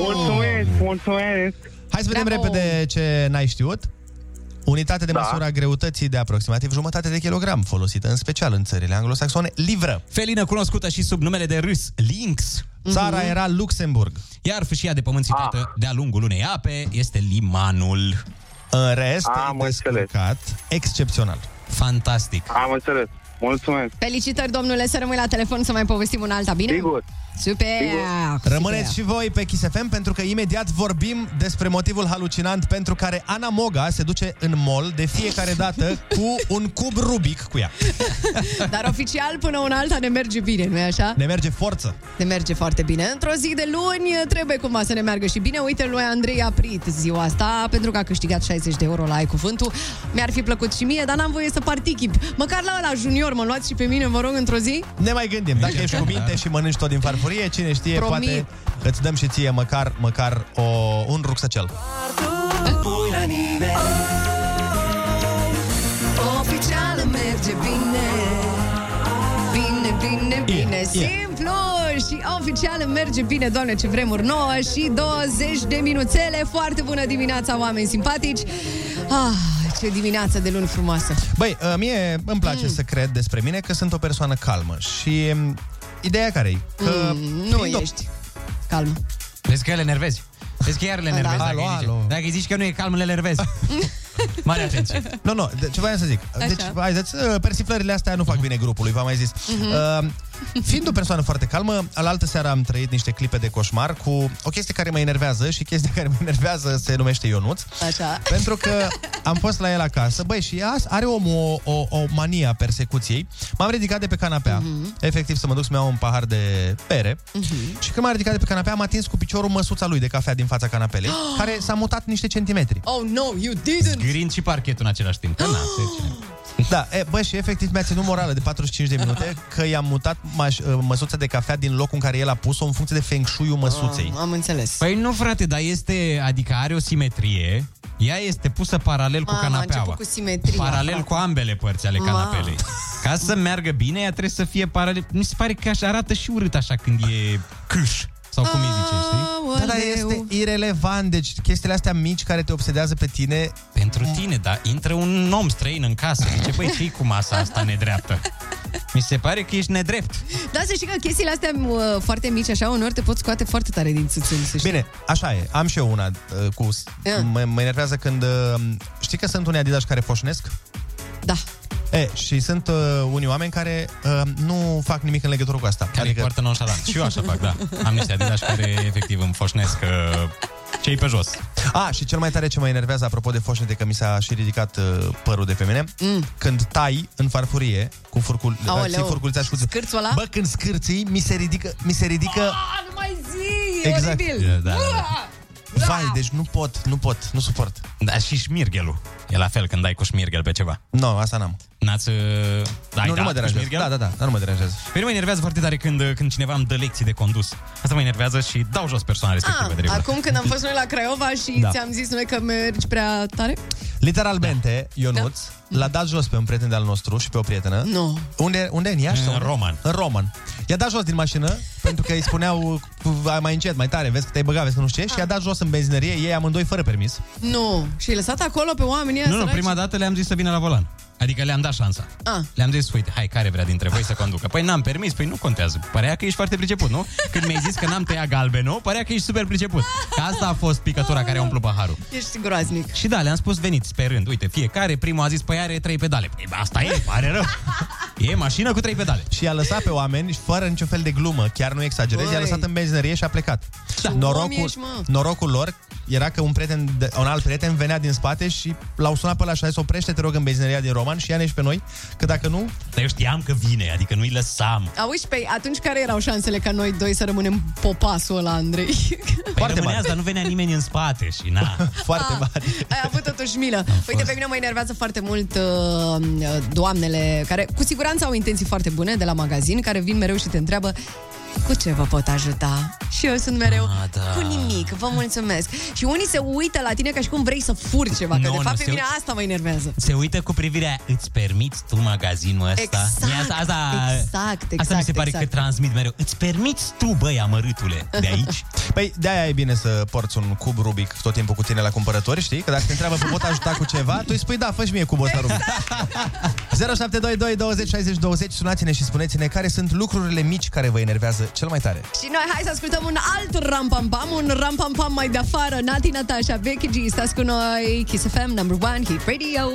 [SPEAKER 18] Mulțumesc, mulțumesc.
[SPEAKER 1] Hai să vedem
[SPEAKER 3] Bravo!
[SPEAKER 1] repede ce n-ai știut. Unitate de
[SPEAKER 18] Da.
[SPEAKER 1] măsură a greutății de aproximativ jumătate de kilogram, folosită în special în țările anglosaxone, livră.
[SPEAKER 2] Felină cunoscută și sub numele de râs, Lynx.
[SPEAKER 1] Țara era Luxemburg.
[SPEAKER 2] Iar fâșia de pământ situată
[SPEAKER 18] Ah.
[SPEAKER 2] de-a lungul unei ape este limanul.
[SPEAKER 1] În rest,
[SPEAKER 18] Am
[SPEAKER 1] ai
[SPEAKER 18] înțeles.
[SPEAKER 1] descurcat excepțional.
[SPEAKER 2] Fantastic.
[SPEAKER 18] Am înțeles. Mulțumesc.
[SPEAKER 3] Felicitări, domnule, să rămâi la telefon să mai povestim un alta, bine?
[SPEAKER 18] Sigur.
[SPEAKER 3] Super!
[SPEAKER 18] Sigur.
[SPEAKER 1] Rămâneți și voi pe Kiss FM pentru că imediat vorbim despre motivul halucinant pentru care Ana Moga se duce în mall de fiecare dată cu un cub Rubik cu ea.
[SPEAKER 3] Dar oficial, până una alta, ne merge bine, nu-i așa?
[SPEAKER 1] Ne merge forță.
[SPEAKER 3] Ne merge foarte bine. Într-o zi de luni trebuie cumva să ne meargă și bine. Uite, lui Andrei a prit ziua asta pentru că a câștigat 60 de euro la Ai Cuvântul. Mi-ar fi plăcut și mie, dar n-am voie să particip. Măcar la ăla junior mă luați și pe mine, vă rog, într-o zi?
[SPEAKER 1] Ne mai gândim. Dacă
[SPEAKER 2] Încercăm,
[SPEAKER 1] ești cu minte
[SPEAKER 2] da.
[SPEAKER 1] și mănânci tot din farfurie, cine știe,
[SPEAKER 3] Promit.
[SPEAKER 1] poate îți dăm și ție măcar, măcar o, un rucsăcel.
[SPEAKER 3] Oficial Oh, merge bine Bine, bine, bine
[SPEAKER 1] E, e.
[SPEAKER 3] Simplu și oficial merge bine Doamne, ce vremuri 9 și 20 de minuțele Foarte bună dimineața, oameni simpatici ah, Ce dimineață de luni frumoasă
[SPEAKER 1] Băi, uh, mie îmi place
[SPEAKER 3] Mm.
[SPEAKER 1] să cred despre mine că sunt o persoană calmă și um, ideea care e? Că
[SPEAKER 3] mm, Nu
[SPEAKER 1] fiind o-
[SPEAKER 3] ești Calm
[SPEAKER 2] Vezi că le nervezi. Vezi că iar le nervezi.
[SPEAKER 1] Alo,
[SPEAKER 2] dacă, îi zici,
[SPEAKER 1] alo.
[SPEAKER 2] dacă îi zici că nu e calm, le nervezi. Mare atenție.
[SPEAKER 1] Nu, nu, de- ce voiam să zic.
[SPEAKER 2] Așa.
[SPEAKER 1] Deci, haideți, uh, persiflările astea nu fac bine grupului, v-am mai zis. Uh-huh. Uh, fiind o persoană foarte calmă, alaltă seară am trăit niște clipe de coșmar cu o chestie care mă enervează și chestia care mă enervează se numește Ionuț.
[SPEAKER 3] Așa.
[SPEAKER 1] Pentru că am fost la el acasă, băi, și ea are omul o, o, o manie a persecuției. M-am ridicat de pe canapea, uh-huh. efectiv să mă duc să-mi iau un pahar de bere. Uh-huh. Și când m-am ridicat de pe canapea, am atins cu piciorul măsuța lui de cafea din fața canapelei, care s-a mutat niște centimetri.
[SPEAKER 3] Oh, no, you didn't!
[SPEAKER 2] Grind și parchetul în același timp. Că na, se-
[SPEAKER 1] Da, e, bă, și efectiv mi-a ținut morală de 45 de minute că i-am mutat maș- măsuța de cafea din locul în care el a pus-o în funcție de feng shui-ul măsuței.
[SPEAKER 3] Am înțeles.
[SPEAKER 2] Păi nu, frate, dar este, adică are o simetrie. Ea este pusă paralel cu
[SPEAKER 3] Mama, a
[SPEAKER 2] canapeaua.
[SPEAKER 3] Ah, început cu simetria.
[SPEAKER 2] Paralel
[SPEAKER 3] frate. Ah.
[SPEAKER 2] cu ambele părți ale
[SPEAKER 3] Mamă.
[SPEAKER 2] canapelei. Ca să meargă bine, ea trebuie să fie paralel. Mi se pare că așa arată și urât așa când e câș. Sau cum îi zice,
[SPEAKER 3] Ah.
[SPEAKER 2] știi?
[SPEAKER 1] Da, dar este irelevant, deci chestiile astea mici care te obsedează pe tine...
[SPEAKER 2] Pentru tine, da. Intră un om străin în casă. Zice, băi, ce cu masa asta nedreaptă? Mi se pare că ești nedrept.
[SPEAKER 3] Da, să știi că chestiile astea mă, foarte mici, așa, uneori te pot scoate foarte tare din țâțâni, să știi.
[SPEAKER 1] Bine, așa e, am și eu una uh, cu...
[SPEAKER 3] Ia.
[SPEAKER 1] Mă, mă enervează când... uh, Știi că sunt unii adidași care foșnesc?
[SPEAKER 3] Da.
[SPEAKER 1] E, și sunt uh, unii oameni care uh, nu fac nimic în legătură cu asta.
[SPEAKER 2] Care adică... poartă nonșalant. Și eu așa fac, da. Am niște adidași care efectiv îmi foșnesc uh, cei pe jos.
[SPEAKER 1] A, și cel mai tare ce mă enervează apropo de foșnete, că mi s-a și ridicat uh, părul de pe mine, mm. când tai în farfurie cu furcul, uh,
[SPEAKER 3] Aoleu.
[SPEAKER 1] ții furculița și cu
[SPEAKER 3] Scârțul ăla?
[SPEAKER 1] Bă, când scârții, mi se ridică, mi se ridică
[SPEAKER 3] Ah, nu mai zi! e
[SPEAKER 1] Exact.
[SPEAKER 3] Oribil.
[SPEAKER 2] Da, da, da.
[SPEAKER 1] Vai, deci nu pot, nu pot, nu suport.
[SPEAKER 2] Da, și șmirghelul. E la fel când dai cu șmirghel pe ceva.
[SPEAKER 1] Nu, no, asta n-am.
[SPEAKER 2] N-ați... uh, Dai,
[SPEAKER 1] nu,
[SPEAKER 2] da,
[SPEAKER 1] nu mă deranjează.
[SPEAKER 2] șmirghel?
[SPEAKER 1] Da, da, da, dar nu mă deranjează.
[SPEAKER 2] Pe mine mă enervează foarte tare când, uh, când cineva îmi dă lecții de condus. Asta mă enervează și dau jos persoana respectivă. de
[SPEAKER 3] Ah,
[SPEAKER 2] regulă.
[SPEAKER 3] acum când am fost noi la Craiova și
[SPEAKER 2] Da.
[SPEAKER 3] da. ți-am zis noi că mergi prea tare?
[SPEAKER 1] Literalmente, Ionuț l-a dat jos pe un prieten de-al nostru și pe o prietenă.
[SPEAKER 3] Da. Nu.
[SPEAKER 1] Unde, unde în Iași?
[SPEAKER 2] În
[SPEAKER 1] sau unde?
[SPEAKER 2] Roman.
[SPEAKER 1] În Roman. I-a dat jos din mașină pentru că îi spuneau cu- ai mai încet, mai tare, vezi că te-ai băgat, vezi că nu știu ce, și i-a dat jos în benzinărie, ei amândoi fără permis.
[SPEAKER 3] Nu. Și ai lăsat acolo pe oamenii ăia
[SPEAKER 2] Nu, nu, prima dată le-am zis să vină la volan. Adică le-am dat șansa.
[SPEAKER 3] Ah.
[SPEAKER 2] Le-am zis, uite, hai, care vrea dintre voi să conducă? Păi n-am permis, păi nu contează. Părea că ești foarte priceput, nu? Când mi-ai zis că n-am tăiat galbenul, părea că ești super priceput. Că asta a fost picătura care a umplut paharul.
[SPEAKER 3] Ești groaznic.
[SPEAKER 2] Și da, le-am spus venit sperând. Uite, fiecare primul a zis, păi are trei pedale. Păi, asta e, pare rău. E mașină cu trei pedale.
[SPEAKER 1] Și i-a lăsat pe oameni fără niciun fel de glumă, chiar nu exagerez,
[SPEAKER 2] Băi.
[SPEAKER 1] i-a lăsat în benzinărie și a plecat.
[SPEAKER 2] Da.
[SPEAKER 1] Norocul,
[SPEAKER 2] om ești, mă.
[SPEAKER 1] norocul lor era că un, prieten de, un alt prieten venea din spate și l-au sunat pe ăla și a zis, oprește, te rog, în benzinăria din Roman și ia-ne și pe noi, că dacă nu...
[SPEAKER 2] Dar eu știam că vine, adică nu-i lăsam.
[SPEAKER 3] Auzi, pe atunci care erau șansele ca noi doi să rămânem popasul ăla, Andrei?
[SPEAKER 2] Păi rămâneați, dar nu venea nimeni în spate și na.
[SPEAKER 1] Foarte
[SPEAKER 2] Ah.
[SPEAKER 1] mare.
[SPEAKER 3] Ah, Ai avut totuși milă. Uite, pe mine mă enervează foarte mult uh, doamnele care cu siguranță au intenții foarte bune de la magazin, care vin mereu și te întreabă cu ce vă pot ajuta? Și eu sunt mereu
[SPEAKER 2] Ah, da.
[SPEAKER 3] cu nimic, vă mulțumesc. Și unii se uită la tine ca și cum vrei să furi ceva, că
[SPEAKER 2] Nu,
[SPEAKER 3] de
[SPEAKER 2] nu,
[SPEAKER 3] fapt pe
[SPEAKER 2] se
[SPEAKER 3] mine
[SPEAKER 2] uit-
[SPEAKER 3] asta mă enervează.
[SPEAKER 2] Se uită cu privirea aia, îți permiți tu magazinul ăsta?
[SPEAKER 3] Exact,
[SPEAKER 2] Mie asta, asta,
[SPEAKER 3] exact, exact,
[SPEAKER 2] Asta mi se pare
[SPEAKER 3] exact.
[SPEAKER 2] că transmit mereu. Îți permiți tu, băi, amărâtule, de aici?
[SPEAKER 1] Păi de-aia e bine să porți un cub Rubic tot timpul cu tine la cumpărători, știi? Că dacă te întreabă, vă pot ajuta cu ceva, tu îi spui, da, fă și mie cubul ăsta Rubic.
[SPEAKER 3] Exact.
[SPEAKER 1] 0722 20 60 20, sunați-ne și spuneți-ne care sunt lucrurile mici care vă enervează cel mai tare.
[SPEAKER 3] Și noi hai să ascultăm un alt ram-pam-pam, un ram-pam-pam mai de afară. Nati, Natasha, Becky G, stați cu noi. Kiss FM, number one, hit radio.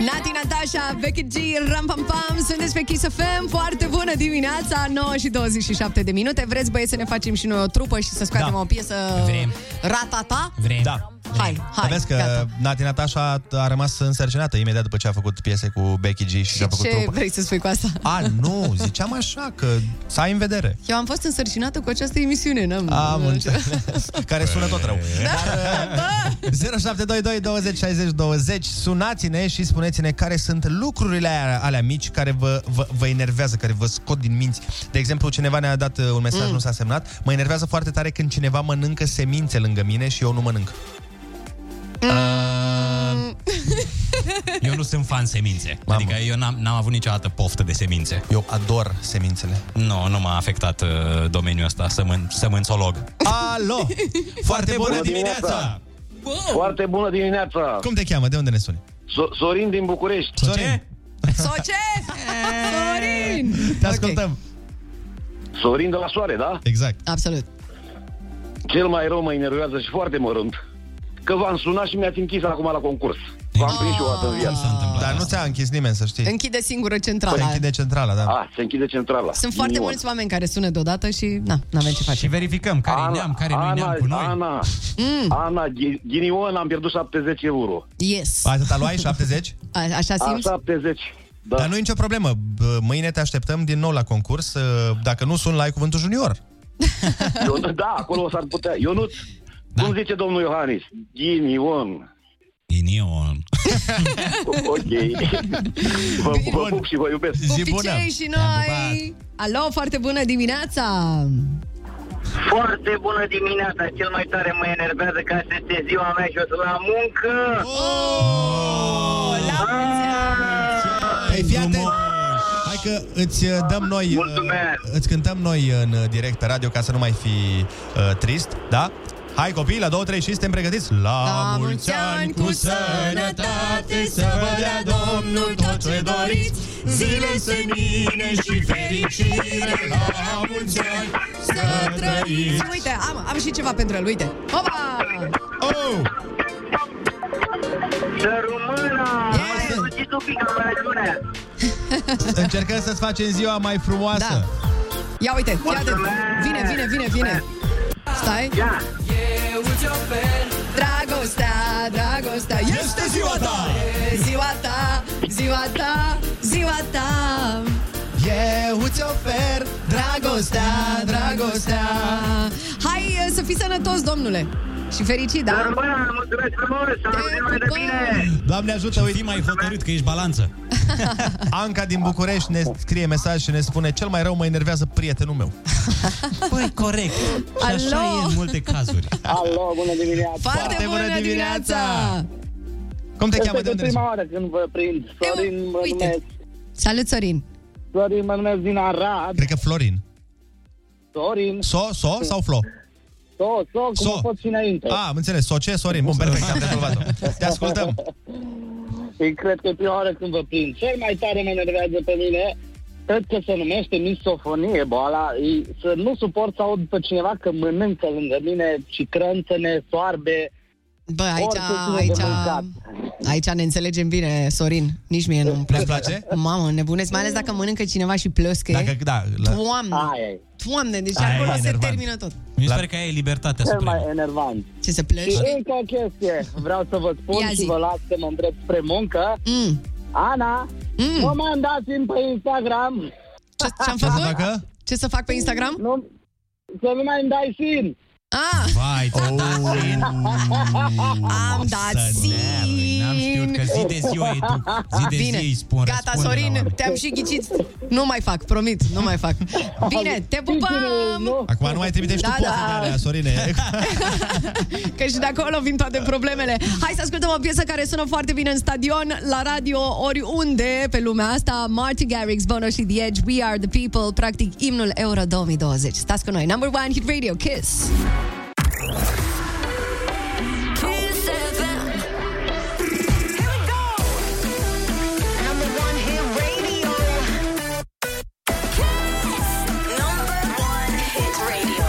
[SPEAKER 3] Nati, Natasha, Becky G, ram-pam-pam, sunteți pe Kiss FM. Foarte bună dimineața, 9 și 27 de minute. Vreți băieți să ne facem și noi o trupă și să scoatem
[SPEAKER 1] Da.
[SPEAKER 3] o piesă
[SPEAKER 2] Vrem.
[SPEAKER 3] ratata?
[SPEAKER 2] Vrem.
[SPEAKER 1] Da.
[SPEAKER 3] Hai, hai,
[SPEAKER 1] Dar vezi că
[SPEAKER 3] gata.
[SPEAKER 1] Nati Natasha a rămas însărcinată imediat după ce a făcut piese cu Becky G și, și a făcut
[SPEAKER 3] Ce
[SPEAKER 1] trupă.
[SPEAKER 3] vrei să spui cu asta?
[SPEAKER 1] A, nu, ziceam așa, că să ai în vedere.
[SPEAKER 3] Eu am fost însărcinată cu această emisiune, n-am... uh,
[SPEAKER 1] Am înțeles. Care sună tot rău. Dar, uh, 0722 20 60 20 Sunați-ne și spuneți-ne care sunt lucrurile aia, alea mici care vă, vă, vă enervează, care vă scot din minți. De exemplu, cineva ne-a dat uh, un mesaj, mm. nu s-a semnat. Mă enervează foarte tare când cineva mănâncă semințe lângă mine și eu nu mănânc.
[SPEAKER 2] Eu nu sunt fan semințe. Mamă. Adică eu n-am, n-am avut niciodată poftă de semințe.
[SPEAKER 1] Eu ador semințele.
[SPEAKER 2] Nu, nu m-a afectat uh, domeniul ăsta, sămân, sămânțolog.
[SPEAKER 1] Alo! Foarte bună dimineața!
[SPEAKER 13] Foarte bună dimineața!
[SPEAKER 1] Cum te cheamă? De unde ne suni?
[SPEAKER 13] So- Sorin din București.
[SPEAKER 1] Sorin,
[SPEAKER 3] Soce! Sorin!
[SPEAKER 1] te ascultăm.
[SPEAKER 13] Sorin de la soare, da?
[SPEAKER 1] Exact.
[SPEAKER 3] Absolut.
[SPEAKER 13] Cel mai rău mă enervează și foarte mărunt că v-am sunat și mi-ați închis acum la concurs. V-am prins și o dată în
[SPEAKER 3] Ah.
[SPEAKER 13] viață.
[SPEAKER 1] Dar nu ți-a închis nimeni, să știi.
[SPEAKER 3] Închide singură centrala.
[SPEAKER 1] Se închide centrala,
[SPEAKER 2] Ah.
[SPEAKER 1] da.
[SPEAKER 13] A, Ah, se închide centrala.
[SPEAKER 3] Sunt foarte mulți oameni care sună deodată și na, n-avem ce face.
[SPEAKER 2] Și verificăm care Ana, neam, care nu neam cu noi.
[SPEAKER 13] Ana, mm. Ana, ghi- ghinion, am pierdut 70 euro.
[SPEAKER 3] Yes.
[SPEAKER 1] Atâta luai, 70?
[SPEAKER 3] A, așa
[SPEAKER 13] A,
[SPEAKER 3] simți?
[SPEAKER 13] 70. Da.
[SPEAKER 1] Dar nu e nicio problemă. Bă, Mâine te așteptăm din nou la concurs. Ă, Dacă nu sun, la ai cuvântul junior.
[SPEAKER 13] Eu, da, acolo s-ar putea. Ionuț, da. cum zice domnul Iohannis? Ghinion.
[SPEAKER 2] Ghinion.
[SPEAKER 13] ok. Vă, vă pup și vă iubesc.
[SPEAKER 3] Pupicei și noi! Alo, foarte bună dimineața!
[SPEAKER 15] Foarte bună dimineața, cel mai tare mă enervează că astăzi este ziua mea și o sunt la muncă. Oh, la
[SPEAKER 1] Ei, Păi, fii atent. Hai că îți uh, dăm noi, uh, îți cântăm noi în uh, direct pe radio ca să nu mai fi uh, trist, da? Hai copii, la 2, 3 și suntem pregătiți? La, la mulți ani cu sănătate să vă dea Domnul tot ce doriți
[SPEAKER 4] Zile senine și fericire la mulți ani să trăiți
[SPEAKER 3] Uite, am, am și ceva pentru el, uite. Opa!
[SPEAKER 1] Oh!
[SPEAKER 15] Să rumâna! Yes. Ai răsucit un pic amărăciunea.
[SPEAKER 1] Încercăm să-ți facem ziua mai frumoasă da.
[SPEAKER 3] Ia uite, fii atent. Vine, vine, vine, vine. Stai.
[SPEAKER 15] Ia.
[SPEAKER 4] Eu ți ofer
[SPEAKER 3] Dragostea, dragostea Este ziua ta E ziua ta, ziua ta, ziua ta
[SPEAKER 1] Eu ți ofer
[SPEAKER 3] Dragostea, dragostea Hai eh, să fii sănătos, domnule Și fericit, da?
[SPEAKER 15] Să rumâna, mulțumesc frumos, să auzim mai de bine.
[SPEAKER 1] Doamne ajută,
[SPEAKER 2] Fii mai hotărât că ești balanță.
[SPEAKER 1] Anca din București ne scrie mesaj și ne spune Cel mai rău mă enervează prietenul meu
[SPEAKER 2] Păi, corect. Și așa
[SPEAKER 3] Alo?
[SPEAKER 2] e în multe cazuri.
[SPEAKER 9] Alo, bună dimineața!
[SPEAKER 3] Foarte bună dimineața!
[SPEAKER 1] Cum te
[SPEAKER 9] este
[SPEAKER 1] cheamă? De
[SPEAKER 9] de
[SPEAKER 1] unde
[SPEAKER 9] prima oară când vă prind. Sorin mă
[SPEAKER 3] uite.
[SPEAKER 9] numesc.
[SPEAKER 3] Salut, Sorin!
[SPEAKER 9] Sorin mă numesc din Arad.
[SPEAKER 1] Cred că Florin
[SPEAKER 9] Sorin.
[SPEAKER 1] So, so sau Flo?
[SPEAKER 9] So, so, cum
[SPEAKER 1] So. Ah.
[SPEAKER 9] so. a fost și înainte.
[SPEAKER 1] A, am înțeles, Soce, Sorin Bun, perfect, am rezolvat-o Te ascultăm
[SPEAKER 9] Și cred că e prima oară când vă prind. Cel mai tare mă enervează pe mine Cred că se numește misofonie boala e Să nu suport să aud pe cineva că mănâncă lângă mine Și crânțene, soarbe
[SPEAKER 3] Bă, aici,
[SPEAKER 9] Oricât sunt
[SPEAKER 3] aici, Mm.
[SPEAKER 9] de mâncat.
[SPEAKER 3] aici ne înțelegem bine, Sorin. Nici mie nu.
[SPEAKER 1] Ne place?
[SPEAKER 3] Mamă, nebunesc, mai ales dacă mănâncă cineva și plăscă.
[SPEAKER 1] Dacă, da, la...
[SPEAKER 3] Toamne,
[SPEAKER 9] Aia
[SPEAKER 3] toamne, deci
[SPEAKER 1] Aia e
[SPEAKER 3] acolo se
[SPEAKER 1] enervant.
[SPEAKER 3] termină tot.
[SPEAKER 2] Mi se pare că aia e libertatea
[SPEAKER 9] Cel
[SPEAKER 2] supremă.
[SPEAKER 9] mai enervant
[SPEAKER 3] Ce se
[SPEAKER 9] Și
[SPEAKER 3] plângi?
[SPEAKER 9] încă o chestie Vreau să vă spun
[SPEAKER 3] Ia zi.
[SPEAKER 9] și vă las să mă îndrept spre muncă
[SPEAKER 3] Mm.
[SPEAKER 9] Ana,
[SPEAKER 3] Mm.
[SPEAKER 9] mă mandați-mi pe Instagram
[SPEAKER 3] Ce, ce-am
[SPEAKER 1] Să
[SPEAKER 3] făcut?
[SPEAKER 1] facă?
[SPEAKER 3] Ce să fac pe Instagram?
[SPEAKER 9] nu, Să nu mai îmi dai sin
[SPEAKER 3] Ah,
[SPEAKER 2] Vai, ți-am dat sin.
[SPEAKER 3] am dat
[SPEAKER 2] Să ne- N-am știut
[SPEAKER 3] sin.
[SPEAKER 2] că zi de ziua e tu. Zi de
[SPEAKER 3] Bine,
[SPEAKER 2] zi îi spun.
[SPEAKER 3] gata,
[SPEAKER 2] răspunde la
[SPEAKER 3] Sorin,
[SPEAKER 2] oameni.
[SPEAKER 3] te-am și ghicit. Nu mai fac, promit, nu mai fac. Bine, te pupăm!
[SPEAKER 1] Acum nu mai trimitești
[SPEAKER 3] Da,
[SPEAKER 1] tu
[SPEAKER 3] da.
[SPEAKER 1] poze de alea, Sorine
[SPEAKER 3] Că și de acolo vin toate problemele. Hai să ascultăm o piesă care sună foarte bine în stadion, la radio, oriunde pe lumea asta. Martin Garrix, Bono și The Edge, We Are The People, practic imnul Euro 2020. Stați cu noi, number one hit radio, Kiss!
[SPEAKER 11] Kiss FM. Here we go. Number one hit radio. Kiss. Number one hit radio.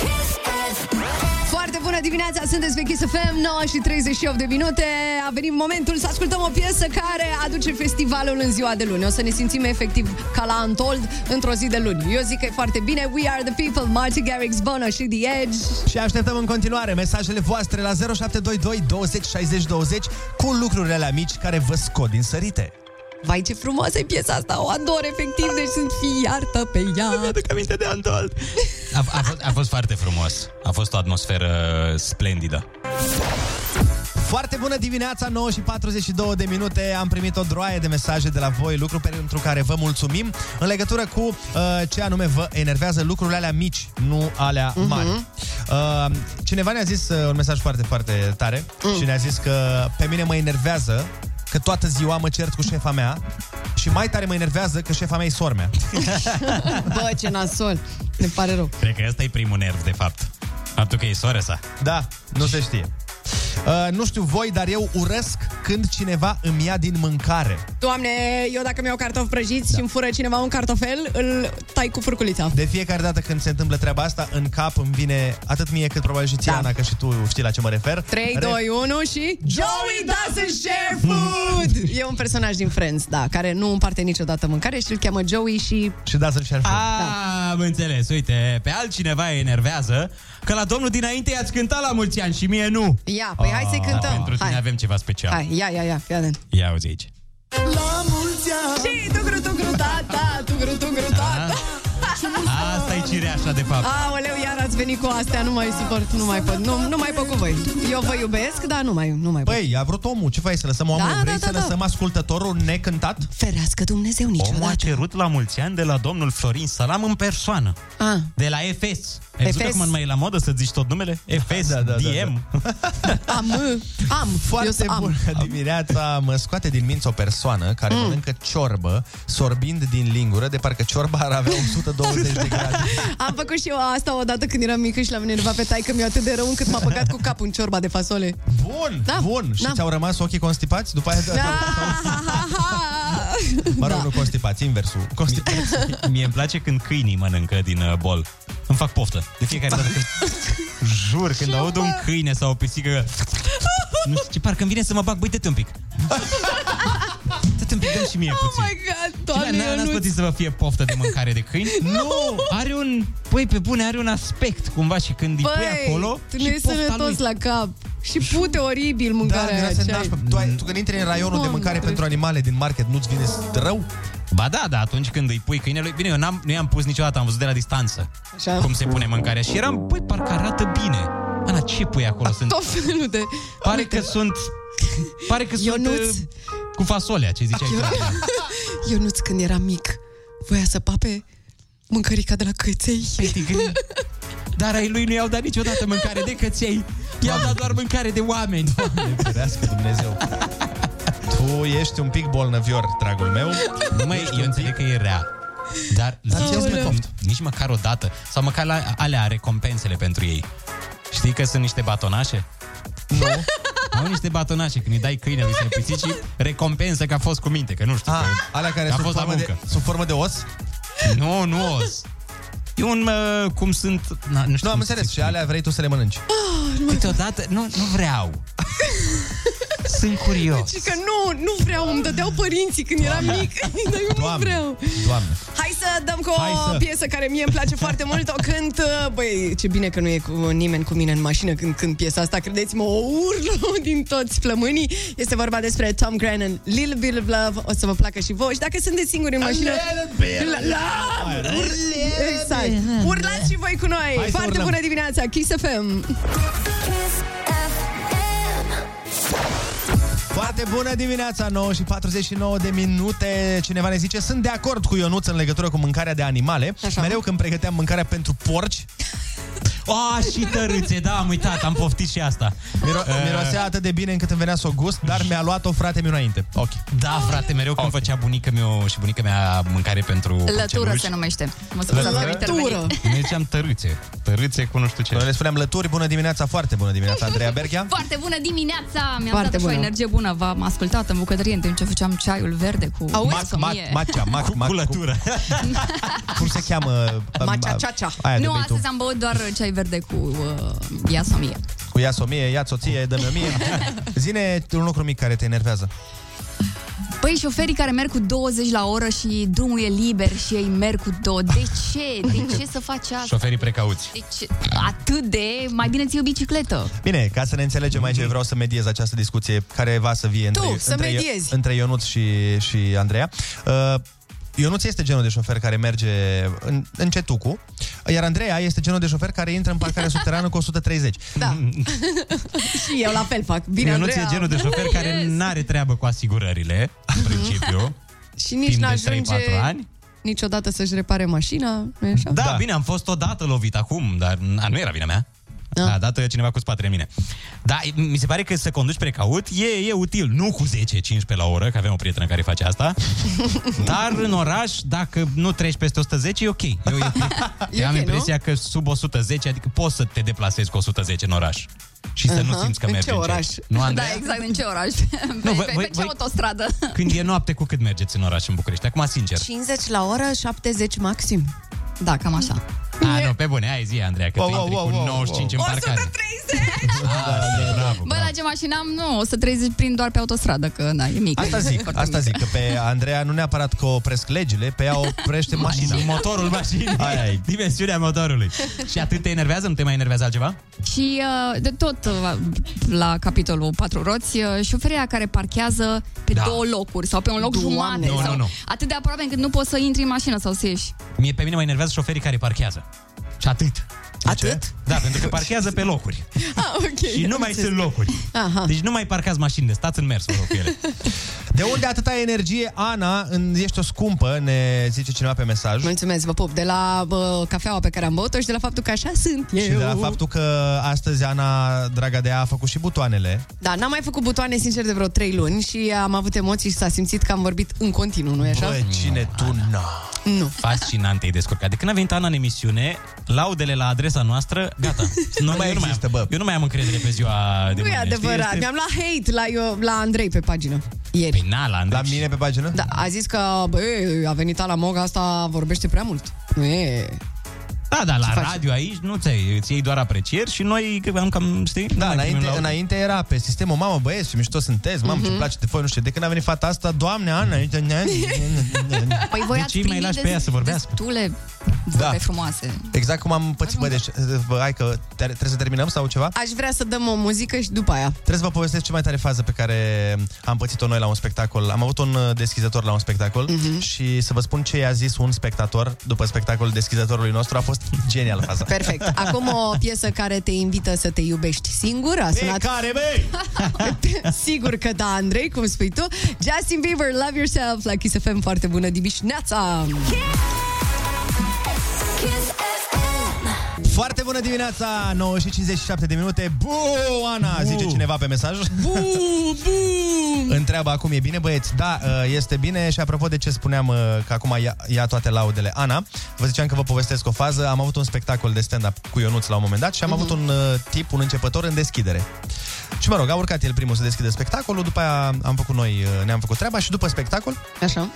[SPEAKER 11] Kiss FM.
[SPEAKER 3] Foarte bună dimineața, sunteți pe Kiss FM, 9 și 38 de minute. A venit momentul să ascultăm o piesă care aduce festivalul în ziua de luni. O să ne simțim efectiv ca la Untold într-o zi de luni. Eu zic că e foarte bine. We are the people, Martin Garrix, Bono și The Edge.
[SPEAKER 1] Și așteptăm în continuare mesajele voastre la 0722 20 60 20 cu lucrurile alea mici care vă scot din sărite.
[SPEAKER 3] Vai, ce frumoasă e piesa asta, o ador efectiv, deci sunt fiartă pe ea.
[SPEAKER 2] Mi-aduc aminte de Antold. A, a, fost, a fost foarte frumos. A fost o atmosferă splendidă.
[SPEAKER 1] Foarte bună dimineața, 9 și 42 de minute. Am primit o droaie de mesaje de la voi, lucru pentru care vă mulțumim, în legătură cu uh, ce anume vă enervează lucrurile alea mici, nu alea mari. Uh, cineva ne-a zis uh, un mesaj foarte, foarte tare și ne-a zis că pe mine mă enervează că toată ziua mă cert cu șefa mea și mai tare mă enervează că șefa mea e sormea.
[SPEAKER 3] Bă, ce nasol, ne pare rău.
[SPEAKER 2] Cred că ăsta e primul nerv, de fapt. Faptul că e soarea sa.
[SPEAKER 1] Da, nu se știe. Uh, nu știu voi, dar eu urăsc când cineva îmi ia din mâncare.
[SPEAKER 3] Doamne, eu dacă mi-au cartofi prăjiți da. și îmi fură cineva un cartofel, îl tai cu furculița.
[SPEAKER 1] De fiecare dată când se întâmplă treaba asta, în cap îmi vine atât mie cât probabil și ție, da. Ana, că și tu știi la ce mă refer.
[SPEAKER 3] 3,
[SPEAKER 1] Re-
[SPEAKER 3] 2, 1 și... Joey doesn't share food! e un personaj din Friends, da, care nu împarte niciodată mâncare și îl cheamă Joey și...
[SPEAKER 1] Și doesn't share food.
[SPEAKER 3] Da.
[SPEAKER 2] Am înțeles, uite, pe altcineva enervează că la domnul dinainte i-ați cântat la mulți ani și mie nu.
[SPEAKER 3] Ia, păi hai să-i
[SPEAKER 2] Ah,
[SPEAKER 3] cântăm.
[SPEAKER 2] Pentru tine
[SPEAKER 3] Hai.
[SPEAKER 2] avem ceva special.
[SPEAKER 3] Hai, ia, ia, ia, fii atent.
[SPEAKER 2] Ia auzi aici.
[SPEAKER 3] La mulți ani! Și tugru, tugru, tata, tugru, tugru, tata.
[SPEAKER 2] Asta e cireașa, de fapt.
[SPEAKER 3] Aoleu, iar ați venit cu astea, nu mai suport, nu mai pot, nu, nu mai pot cu voi. Eu vă iubesc, dar nu mai, nu mai pot.
[SPEAKER 1] Păi, a vrut omul, ce faci, să lăsăm omul?
[SPEAKER 3] Da,
[SPEAKER 1] Vrei
[SPEAKER 3] da, da,
[SPEAKER 1] să
[SPEAKER 3] da.
[SPEAKER 1] lăsăm ascultătorul necântat?
[SPEAKER 3] Ferească Dumnezeu
[SPEAKER 2] Omul a
[SPEAKER 3] niciodată.
[SPEAKER 2] cerut la mulți ani de la domnul Florin Salam în persoană.
[SPEAKER 3] Ah.
[SPEAKER 2] De la FS. Ai văzut
[SPEAKER 3] FS?
[SPEAKER 2] că acum mai e la modă să zici tot numele? FS, da, da, DM.
[SPEAKER 3] Am, am, eu
[SPEAKER 1] Foarte
[SPEAKER 3] să am.
[SPEAKER 1] bună dimineața Mă scoate din minți o persoană Care mm. mănâncă ciorbă Sorbind din lingură De parcă ciorba ar avea 120 de grade
[SPEAKER 3] Am făcut și eu asta odată când eram mică și l-am enervat pe taică mi-a atât de rău încât m-a băgat cu capul în ciorba de fasole.
[SPEAKER 1] Bun, da. bun Și
[SPEAKER 3] Da.
[SPEAKER 1] ți-au rămas ochii constipați? După aia Mă rog, da. nu constipați, inversul
[SPEAKER 2] Constipați. Mie îmi place când câinii mănâncă din uh, bol. Îmi fac poftă. De fiecare dată când... Jur, când aud un câine sau o pisică... Nu știu ce, parcă îmi vine să mă bag. Băi, dă-te un pic. Dă-te un pic, dă și mie puțin.
[SPEAKER 3] Oh my god,
[SPEAKER 2] Doamne,
[SPEAKER 3] doamne,
[SPEAKER 2] n-ați
[SPEAKER 3] Ionuț.
[SPEAKER 2] pățit să vă fie poftă de mâncare de câini? nu! Are un... Păi, pe bune, are un aspect cumva și când îi pui acolo...
[SPEAKER 3] tu nu
[SPEAKER 2] și
[SPEAKER 3] ești
[SPEAKER 2] pofta
[SPEAKER 3] sănătos
[SPEAKER 2] lui. Da,
[SPEAKER 3] la cap. Și pute oribil
[SPEAKER 1] Da,
[SPEAKER 3] mâncarea aia. ce ai.
[SPEAKER 1] tu, ai, tu când intri în raionul de
[SPEAKER 3] Doamne,
[SPEAKER 1] mâncare
[SPEAKER 3] ferește.
[SPEAKER 1] pentru animale din market Nu-ți vine rău?
[SPEAKER 2] Ba da, da, atunci când îi pui câinelui... Bine, eu n-am, nu i-am pus niciodată, am văzut de la distanță
[SPEAKER 3] Așa.
[SPEAKER 2] cum se pune mâncarea și eram... Băi, parcă arată bine. Ana, ce pui acolo? Sunt...
[SPEAKER 3] Tot felul de...
[SPEAKER 2] Pare că sunt... Pare că sunt...
[SPEAKER 3] Ionuț.
[SPEAKER 2] uh, Cu fasolea, ce ziceai tu.
[SPEAKER 3] Ionuț, când era mic, voia să pape mâncărica de la căței.
[SPEAKER 2] Păi, Dar ai lui nu i-au dat niciodată mâncare de căței. I-au dat doar mâncare de oameni.
[SPEAKER 1] Ferească Dumnezeu Tu ești un pic bolnăvior, dragul meu
[SPEAKER 2] Măi, eu înțeleg că e rea. Dar
[SPEAKER 1] ți-e
[SPEAKER 2] ziceți
[SPEAKER 1] spre
[SPEAKER 2] mă,
[SPEAKER 1] copt.
[SPEAKER 2] nici măcar o dată. Sau măcar la, alea recompensele pentru ei. Știi că sunt niște batonașe?
[SPEAKER 1] Nu.
[SPEAKER 2] Au niște batonașe. Când îi dai câine lui pisici, recompensă că a fost cu minte. Că nu știu.
[SPEAKER 1] Ah,
[SPEAKER 2] că
[SPEAKER 1] alea care
[SPEAKER 2] a
[SPEAKER 1] sunt
[SPEAKER 2] fost la
[SPEAKER 1] formă,
[SPEAKER 2] muncă.
[SPEAKER 1] de, sub formă de os?
[SPEAKER 2] Nu, nu os. E un, uh, cum sunt... Na, nu, știu
[SPEAKER 1] Nu, am
[SPEAKER 2] cum
[SPEAKER 1] înțeles,
[SPEAKER 2] se
[SPEAKER 1] și alea vrei tu să le mănânci
[SPEAKER 2] Câteodată, nu, nu vreau. Sunt curios.
[SPEAKER 3] Și că nu, nu vreau, îmi dădeau părinții când eram mic, dar eu nu vreau.
[SPEAKER 1] Doamne
[SPEAKER 3] Hai să dăm cu
[SPEAKER 1] Hai
[SPEAKER 3] o
[SPEAKER 1] să-
[SPEAKER 3] piesă care mie îmi place foarte mult. O cânt, uh, băi, ce bine că nu e cu nimeni cu mine în mașină când cânt piesa asta. Credeți-mă, o urlu din toți plămânii. Este vorba despre Tom Grennan, Little Bit of Love. O să vă placă și vouă. Și dacă sunteți singuri în mașină...
[SPEAKER 4] bit
[SPEAKER 3] La- la-
[SPEAKER 4] of love.
[SPEAKER 3] Url- Exact. Urlați și voi cu noi.
[SPEAKER 4] Hai să
[SPEAKER 3] foarte
[SPEAKER 4] urlăm.
[SPEAKER 3] bună dimineața. Kiss FM.
[SPEAKER 1] Foarte bună dimineața, 9 și 49 de minute. Cineva ne zice, sunt de acord cu Ionuț în legătură cu mâncarea de animale. Așa. Mereu când pregăteam mâncarea pentru porci,
[SPEAKER 2] A, și tărâțe, da, am uitat, am poftit și asta.
[SPEAKER 1] miro-
[SPEAKER 2] Uh,
[SPEAKER 1] mirosea atât de bine încât îmi venea să o gust, dar mi-a luat-o frate meu înainte. Ok.
[SPEAKER 2] Da, frate, mereu când făcea bunica meu și bunica mea mâncare pentru
[SPEAKER 6] Lătură
[SPEAKER 2] coceluși,
[SPEAKER 6] se numește. Mă să
[SPEAKER 2] Lătură?
[SPEAKER 6] Lătură.
[SPEAKER 2] Noi ziceam tărâțe. Tărâțe cu nu știu ce.
[SPEAKER 1] Noi le spuneam lături, bună dimineața, foarte bună dimineața, Andreea Berghea.
[SPEAKER 6] Foarte bună dimineața! Mi-am
[SPEAKER 1] Foarte
[SPEAKER 6] dat așa o
[SPEAKER 1] bună.
[SPEAKER 6] energie bună. V-am ascultat în bucătărie în timp ce făceam ceaiul verde cu
[SPEAKER 1] Mac, mac,
[SPEAKER 6] scomie.
[SPEAKER 1] macea, mac, mac, cu
[SPEAKER 2] lătură.
[SPEAKER 1] Cum se cheamă? um,
[SPEAKER 6] Macea, cea, cea.
[SPEAKER 1] Aia de
[SPEAKER 6] Nu,
[SPEAKER 1] bei tu.
[SPEAKER 6] astăzi am băut doar ceai verde cu uh, iasomie.
[SPEAKER 1] Cu ia-ți o mie, ia-ți o ție, dă-mi o mie. Zine un lucru mic care te enervează.
[SPEAKER 6] Păi șoferii care merg cu 20 la oră și drumul e liber și ei merg cu 2. De ce? De ce să faci asta?
[SPEAKER 2] Șoferii precauți.
[SPEAKER 6] De ce? Atât de... Mai bine ții o bicicletă.
[SPEAKER 1] Bine, ca să ne înțelegem aici, eu vreau să mediez această discuție care va să vie între,
[SPEAKER 6] Tu, să
[SPEAKER 1] între,
[SPEAKER 6] mediezi.
[SPEAKER 1] între Ionuț și, și Andreea. Uh, Ionuț este genul de șofer care merge în, în cetucu, iar Andreea este genul de șofer care intră în parcarea subterană cu 130.
[SPEAKER 3] Da. și eu la fel fac. Bine,
[SPEAKER 2] Ionuț
[SPEAKER 3] Andreea.
[SPEAKER 2] e genul de șofer care n-are treabă cu asigurările, în principiu.
[SPEAKER 3] Și nici
[SPEAKER 2] timp de
[SPEAKER 3] n-ajunge
[SPEAKER 2] 3-4 ani.
[SPEAKER 3] niciodată să-și repare mașina, nu așa?
[SPEAKER 6] Da.
[SPEAKER 2] Da, bine, am fost odată lovit acum, dar n- nu era vina mea. Da, da dat-o cineva cu spatele în mine. Da, mi se pare că să conduci precaut e, e util. Nu cu 10-15 la oră, că avem o prietenă care face asta. Dar în oraș, dacă nu treci peste 110, e ok. Eu, eu, eu am
[SPEAKER 19] ok,
[SPEAKER 2] impresia că sub 110, adică poți să te deplasezi cu 110 în oraș. Și să nu
[SPEAKER 6] Aha.
[SPEAKER 2] simți că
[SPEAKER 6] În
[SPEAKER 2] mergi
[SPEAKER 6] ce oraș?
[SPEAKER 2] Încet. Nu, Andrei?
[SPEAKER 6] Da, exact, Da, în ce oraș? Nu, pe,
[SPEAKER 2] voi-
[SPEAKER 6] pe,
[SPEAKER 2] voi-
[SPEAKER 6] pe ce
[SPEAKER 2] voi-
[SPEAKER 6] autostradă?
[SPEAKER 2] Când e noapte, cu cât mergeți în oraș în București? Acum, sincer.
[SPEAKER 3] 50 la oră, 70 maxim.
[SPEAKER 6] Da, cam așa.
[SPEAKER 2] A, Ah, nu, pe bune, ai zi, Andreea, că wow, tu intri wow, cu 95 în parcare. 130! Da, da, bravo.
[SPEAKER 6] Bă, la ce mașină am, nu, 130 prin doar pe autostradă, că na, e mic.
[SPEAKER 1] Asta zic, asta zic, că pe Andreea nu neapărat că opresc legile, pe ea oprește mașina.
[SPEAKER 2] Motorul mașinii. Aia e. Dimensiunea motorului. Și atât te enervează? Nu te mai enervează altceva?
[SPEAKER 6] Și uh, de tot uh, la capitolul patru roți, uh, șoferia care parchează pe
[SPEAKER 2] Da.
[SPEAKER 6] da. două locuri sau pe un loc
[SPEAKER 2] Doamne.
[SPEAKER 6] jumate
[SPEAKER 2] Nu,
[SPEAKER 6] sau
[SPEAKER 2] nu, nu.
[SPEAKER 6] atât de aproape încât nu poți să intri în mașină sau să ieși.
[SPEAKER 2] Mie pe mine mă enervează șoferii care parchează. Și atât. Atât? Da, pentru că parchează pe locuri.
[SPEAKER 3] Ah, ok.
[SPEAKER 2] și nu mai sunt locuri.
[SPEAKER 3] Aha.
[SPEAKER 2] Deci nu mai parcați mașinile, stați în mers, vă rog, cu ele.
[SPEAKER 1] De unde atâta energie, Ana, în, ești o scumpă, ne zice cineva pe mesaj.
[SPEAKER 3] Mulțumesc, vă pup, de la bă, cafeaua pe care am băut-o și de la faptul că așa sunt eu.
[SPEAKER 1] Și de la faptul că astăzi Ana, draga de ea, a făcut și butoanele.
[SPEAKER 3] Da, n-am mai făcut butoane, sincer, de vreo 3 luni și am avut emoții și s-a simțit că am vorbit în continuu, nu-i așa?
[SPEAKER 2] Băi, cine tu n-a.
[SPEAKER 3] Nu.
[SPEAKER 2] Fascinant te-ai descurcat. De când a venit Ana în emisiune, laudele la adresa noastră, gata. Nu mai există, bă. Eu nu mai am încredere pe ziua de
[SPEAKER 3] Nu e
[SPEAKER 2] mâine. știi?
[SPEAKER 3] adevărat.
[SPEAKER 2] Este-
[SPEAKER 3] Mi-am luat hate la, eu, la Andrei pe pagină. Ieri.
[SPEAKER 2] Păi na, la Andrei. La mine
[SPEAKER 1] pe pagină?
[SPEAKER 3] Da, a zis că, bă, a venit la Moga, asta vorbește prea mult. Nu e...
[SPEAKER 2] Da, da, la
[SPEAKER 3] Ce faci?
[SPEAKER 2] radio aici nu ți îți iei doar aprecieri și noi că am cam, știi? nu
[SPEAKER 1] Da,
[SPEAKER 2] mai primim
[SPEAKER 1] înainte,
[SPEAKER 2] laude.
[SPEAKER 1] înainte era pe sistemul Mamă, băieți, ce mișto sunteți, mamă, ce
[SPEAKER 2] Mhm.
[SPEAKER 1] place de voi, nu știu. De când a venit fata asta, doamne, Ana, uite, ne- ne- ne- ne-
[SPEAKER 6] Păi voi
[SPEAKER 2] Deci
[SPEAKER 1] De
[SPEAKER 6] ați
[SPEAKER 1] ce îi mai
[SPEAKER 6] primit
[SPEAKER 1] lași pe ea
[SPEAKER 6] des-
[SPEAKER 1] să vorbească?
[SPEAKER 6] destule vorbe da. frumoase.
[SPEAKER 1] Exact cum am pățit, bă, deci, bă, hai că te- trebuie să terminăm sau ceva?
[SPEAKER 3] Aș vrea să dăm o muzică și după aia.
[SPEAKER 1] Trebuie să vă povestesc cea mai tare fază pe care am pățit-o noi la un spectacol. Am avut un uh, deschizător la un spectacol
[SPEAKER 3] Mhm.
[SPEAKER 1] și să vă spun ce i-a zis un spectator după spectacolul deschizătorului nostru. A fost genial faza.
[SPEAKER 3] Perfect. Acum o piesă care te invită să te iubești singur. A sunat...
[SPEAKER 1] care, băi!
[SPEAKER 3] Sigur că da, Andrei, cum spui tu. Justin Bieber, Love Yourself, la Kiss FM, foarte bună dimineața!
[SPEAKER 1] Foarte bună dimineața, 9 și 57 de minute. Bu, Ana, zice cineva pe mesaj.
[SPEAKER 3] Bu, bu.
[SPEAKER 1] Întreabă acum, e bine, băieți? Da, uh, este bine și apropo de ce spuneam uh, că acum ia, ia toate laudele Ana, vă ziceam că vă povestesc o fază. Am avut un spectacol de stand-up cu Ionuț la un moment dat și
[SPEAKER 3] Mhm.
[SPEAKER 1] am avut un uh, tip, un începător în deschidere. Și mă rog, a urcat el primul să deschide spectacolul, după aia am făcut noi, uh, ne-am făcut treaba și după spectacol...
[SPEAKER 3] Așa. Mhm.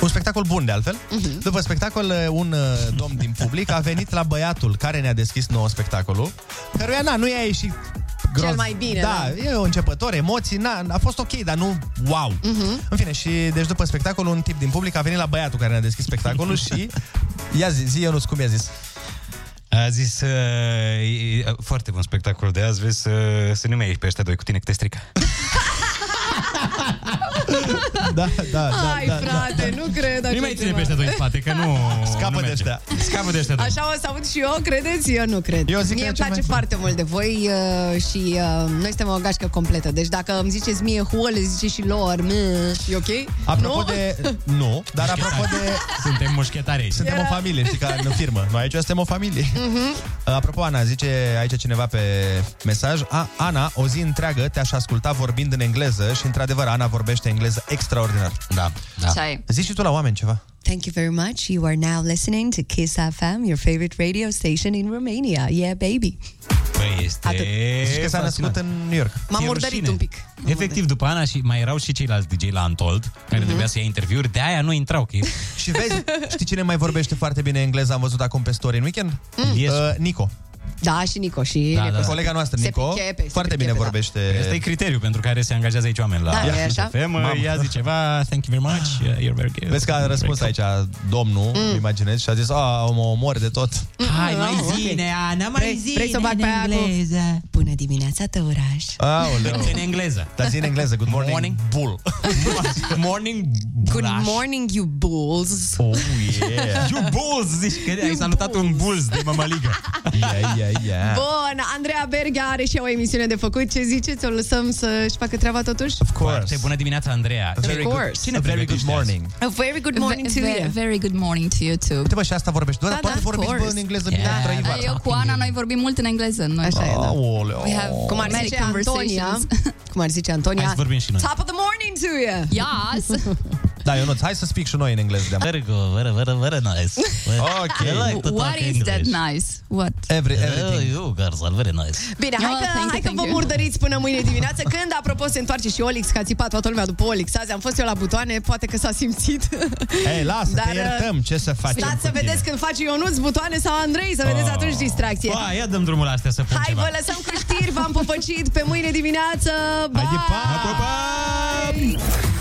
[SPEAKER 1] Un spectacol bun, de altfel. După spectacol, uh, un uh, domn din public a venit la băiatul care ne-a deschis nouă spectacolul, căruia, na, nu i-a ieșit
[SPEAKER 3] Cel
[SPEAKER 1] groz-
[SPEAKER 3] mai bine,
[SPEAKER 1] da,
[SPEAKER 3] da.
[SPEAKER 1] e o începător, emoții, na, a fost ok, dar nu wow.
[SPEAKER 3] Mhm.
[SPEAKER 1] În fine, și deci după spectacol, un tip din public a venit la băiatul care ne-a deschis spectacolul și ia zi, zi Ionuț, cum i-a zis?
[SPEAKER 2] A zis, uh, e- e- foarte bun spectacol de azi, vezi, uh, să nu mai ieși pe ăștia doi cu tine, că te strică.
[SPEAKER 1] Da, da,
[SPEAKER 3] Ai, frate, nu cred așa
[SPEAKER 2] Nu mai ține
[SPEAKER 3] ceva.
[SPEAKER 2] pe ăștia doi în spate, că nu
[SPEAKER 1] Scapă
[SPEAKER 2] nu
[SPEAKER 1] de
[SPEAKER 2] merge. Scapă de ăștia doi.
[SPEAKER 3] Așa o să aud și eu, credeți? Eu nu cred.
[SPEAKER 2] Eu zic că
[SPEAKER 3] mie
[SPEAKER 2] e
[SPEAKER 3] îmi
[SPEAKER 2] cel
[SPEAKER 3] place
[SPEAKER 2] mai
[SPEAKER 3] foarte mult de voi uh, și uh, noi suntem o gașcă completă. Deci dacă îmi ziceți mie huă, le ziceți și lor. Mă, e ok?
[SPEAKER 1] Apropo
[SPEAKER 3] nu?
[SPEAKER 1] de... Nu, dar apropo de...
[SPEAKER 2] Suntem mușchetari aici.
[SPEAKER 1] Suntem o familie, știi, ca în firmă. Noi aici suntem o familie.
[SPEAKER 3] Mhm.
[SPEAKER 1] Apropo, Ana, zice aici cineva pe mesaj a, Ana, o zi întreagă te-aș asculta vorbind în engleză și, într-adevăr, Ana vorbește engleză extraordinar. Da,
[SPEAKER 3] da. Așa e.
[SPEAKER 1] Zici și tu la oameni ceva.
[SPEAKER 3] Thank you very much. You are now listening to Kiss FM, your favorite radio station in Romania. Yeah, baby.
[SPEAKER 2] Păi este...
[SPEAKER 3] Atât.
[SPEAKER 1] Zici că
[SPEAKER 3] Exact.
[SPEAKER 1] s-a născut în New York.
[SPEAKER 3] M-am
[SPEAKER 2] E
[SPEAKER 3] murdărit
[SPEAKER 2] rușine.
[SPEAKER 3] un pic.
[SPEAKER 2] Efectiv, după Ana și mai erau și ceilalți DJ la Antold, care trebuia să ia interviuri, de aia nu intrau, că e
[SPEAKER 1] Și vezi, știi cine mai vorbește foarte bine engleză? Am văzut acum pe story în weekend?
[SPEAKER 3] Mm. Yes.
[SPEAKER 1] Uh, Nico.
[SPEAKER 3] Da, și Nico. Și
[SPEAKER 1] Da, da, da. Colega noastră,
[SPEAKER 3] Se
[SPEAKER 1] Nico,
[SPEAKER 3] pricepe, se
[SPEAKER 1] foarte
[SPEAKER 3] pricepe,
[SPEAKER 1] bine
[SPEAKER 3] da.
[SPEAKER 1] vorbește.
[SPEAKER 2] Asta e criteriul pentru care se angajează aici oameni la
[SPEAKER 3] Da, e așa?
[SPEAKER 2] FM.
[SPEAKER 1] Mamă.
[SPEAKER 2] Ia zi ceva, thank you very much, yeah, you're very good.
[SPEAKER 1] Vezi că a răspuns aici
[SPEAKER 3] Exact.
[SPEAKER 1] domnul, mm. imaginez, și a zis, a, mă omor de tot.
[SPEAKER 2] Hai, mai
[SPEAKER 3] Ah,
[SPEAKER 2] zine,
[SPEAKER 3] ok.
[SPEAKER 2] Ana, mai
[SPEAKER 3] Vrei-
[SPEAKER 2] zine
[SPEAKER 3] Vrei să o bag
[SPEAKER 2] în
[SPEAKER 3] pe aia cu...
[SPEAKER 2] engleză.
[SPEAKER 3] Bună dimineața, tăuraș.
[SPEAKER 1] Aoleu.
[SPEAKER 2] În engleză.
[SPEAKER 1] Dar zi în engleză, good morning, morning. bull.
[SPEAKER 2] Morning
[SPEAKER 3] Good
[SPEAKER 2] Braș.
[SPEAKER 3] morning, you bulls!
[SPEAKER 2] Oh, yeah. You bulls, zici că ai salutat un bulls de mămăligă. Yeah, yeah,
[SPEAKER 6] Eh.
[SPEAKER 2] yeah.
[SPEAKER 3] Bun, Andreea Berghe are și ea o emisiune de făcut. Ce ziceți? O lăsăm să-și facă treaba totuși?
[SPEAKER 2] Of course. Foarte bună dimineața, Andreea.
[SPEAKER 3] Of
[SPEAKER 2] Very good-
[SPEAKER 3] course.
[SPEAKER 2] Cine
[SPEAKER 3] A
[SPEAKER 1] very
[SPEAKER 2] pregătește
[SPEAKER 1] good morning.
[SPEAKER 2] azi?
[SPEAKER 3] A very good morning to
[SPEAKER 6] Ve-
[SPEAKER 3] you.
[SPEAKER 6] Very good morning to you too.
[SPEAKER 1] Uite, bă, și asta vorbești. Doar da, poate
[SPEAKER 6] of
[SPEAKER 1] vorbiți bă,
[SPEAKER 6] course.
[SPEAKER 1] în engleză bine.
[SPEAKER 6] Da,
[SPEAKER 1] trăi
[SPEAKER 6] da,
[SPEAKER 1] vara.
[SPEAKER 6] Eu cu Ana, noi vorbim mult în engleză. Noi. Așa e, da.
[SPEAKER 1] Aoleo.
[SPEAKER 6] We have
[SPEAKER 3] Oh. Cum ar zice Antonia? Cum ar zice Antonia?
[SPEAKER 1] Hai să vorbim și noi.
[SPEAKER 3] Top of the morning to you! Yes!
[SPEAKER 1] Da, Ionuț, hai să speak și noi în engleză. Very good, very, very, very nice. Ok.
[SPEAKER 6] What is that nice? What?
[SPEAKER 1] Every,
[SPEAKER 2] everything. you girls are very nice.
[SPEAKER 3] Bine, hai
[SPEAKER 6] Oh,
[SPEAKER 3] că,
[SPEAKER 6] thank you,
[SPEAKER 3] hai că
[SPEAKER 6] thank
[SPEAKER 3] vă
[SPEAKER 6] you.
[SPEAKER 3] murdăriți până mâine dimineață Când, apropo, se întoarce și Olix Că a țipat toată lumea după Olix Azi am fost eu la butoane, poate că s-a simțit
[SPEAKER 7] Hei, lasă,
[SPEAKER 3] Dar,
[SPEAKER 7] te iertăm, ce să facem
[SPEAKER 3] Stați să vedeți când face Ionuț butoane sau Andrei Să vedeți
[SPEAKER 2] Oh.
[SPEAKER 3] atunci distracție
[SPEAKER 2] Ba, ia dăm drumul la astea să pun
[SPEAKER 3] Hai,
[SPEAKER 2] ceva.
[SPEAKER 3] vă lăsăm cu știri, v-am popăcit Pe mâine dimineață, bye!
[SPEAKER 2] Pa, pa, pa!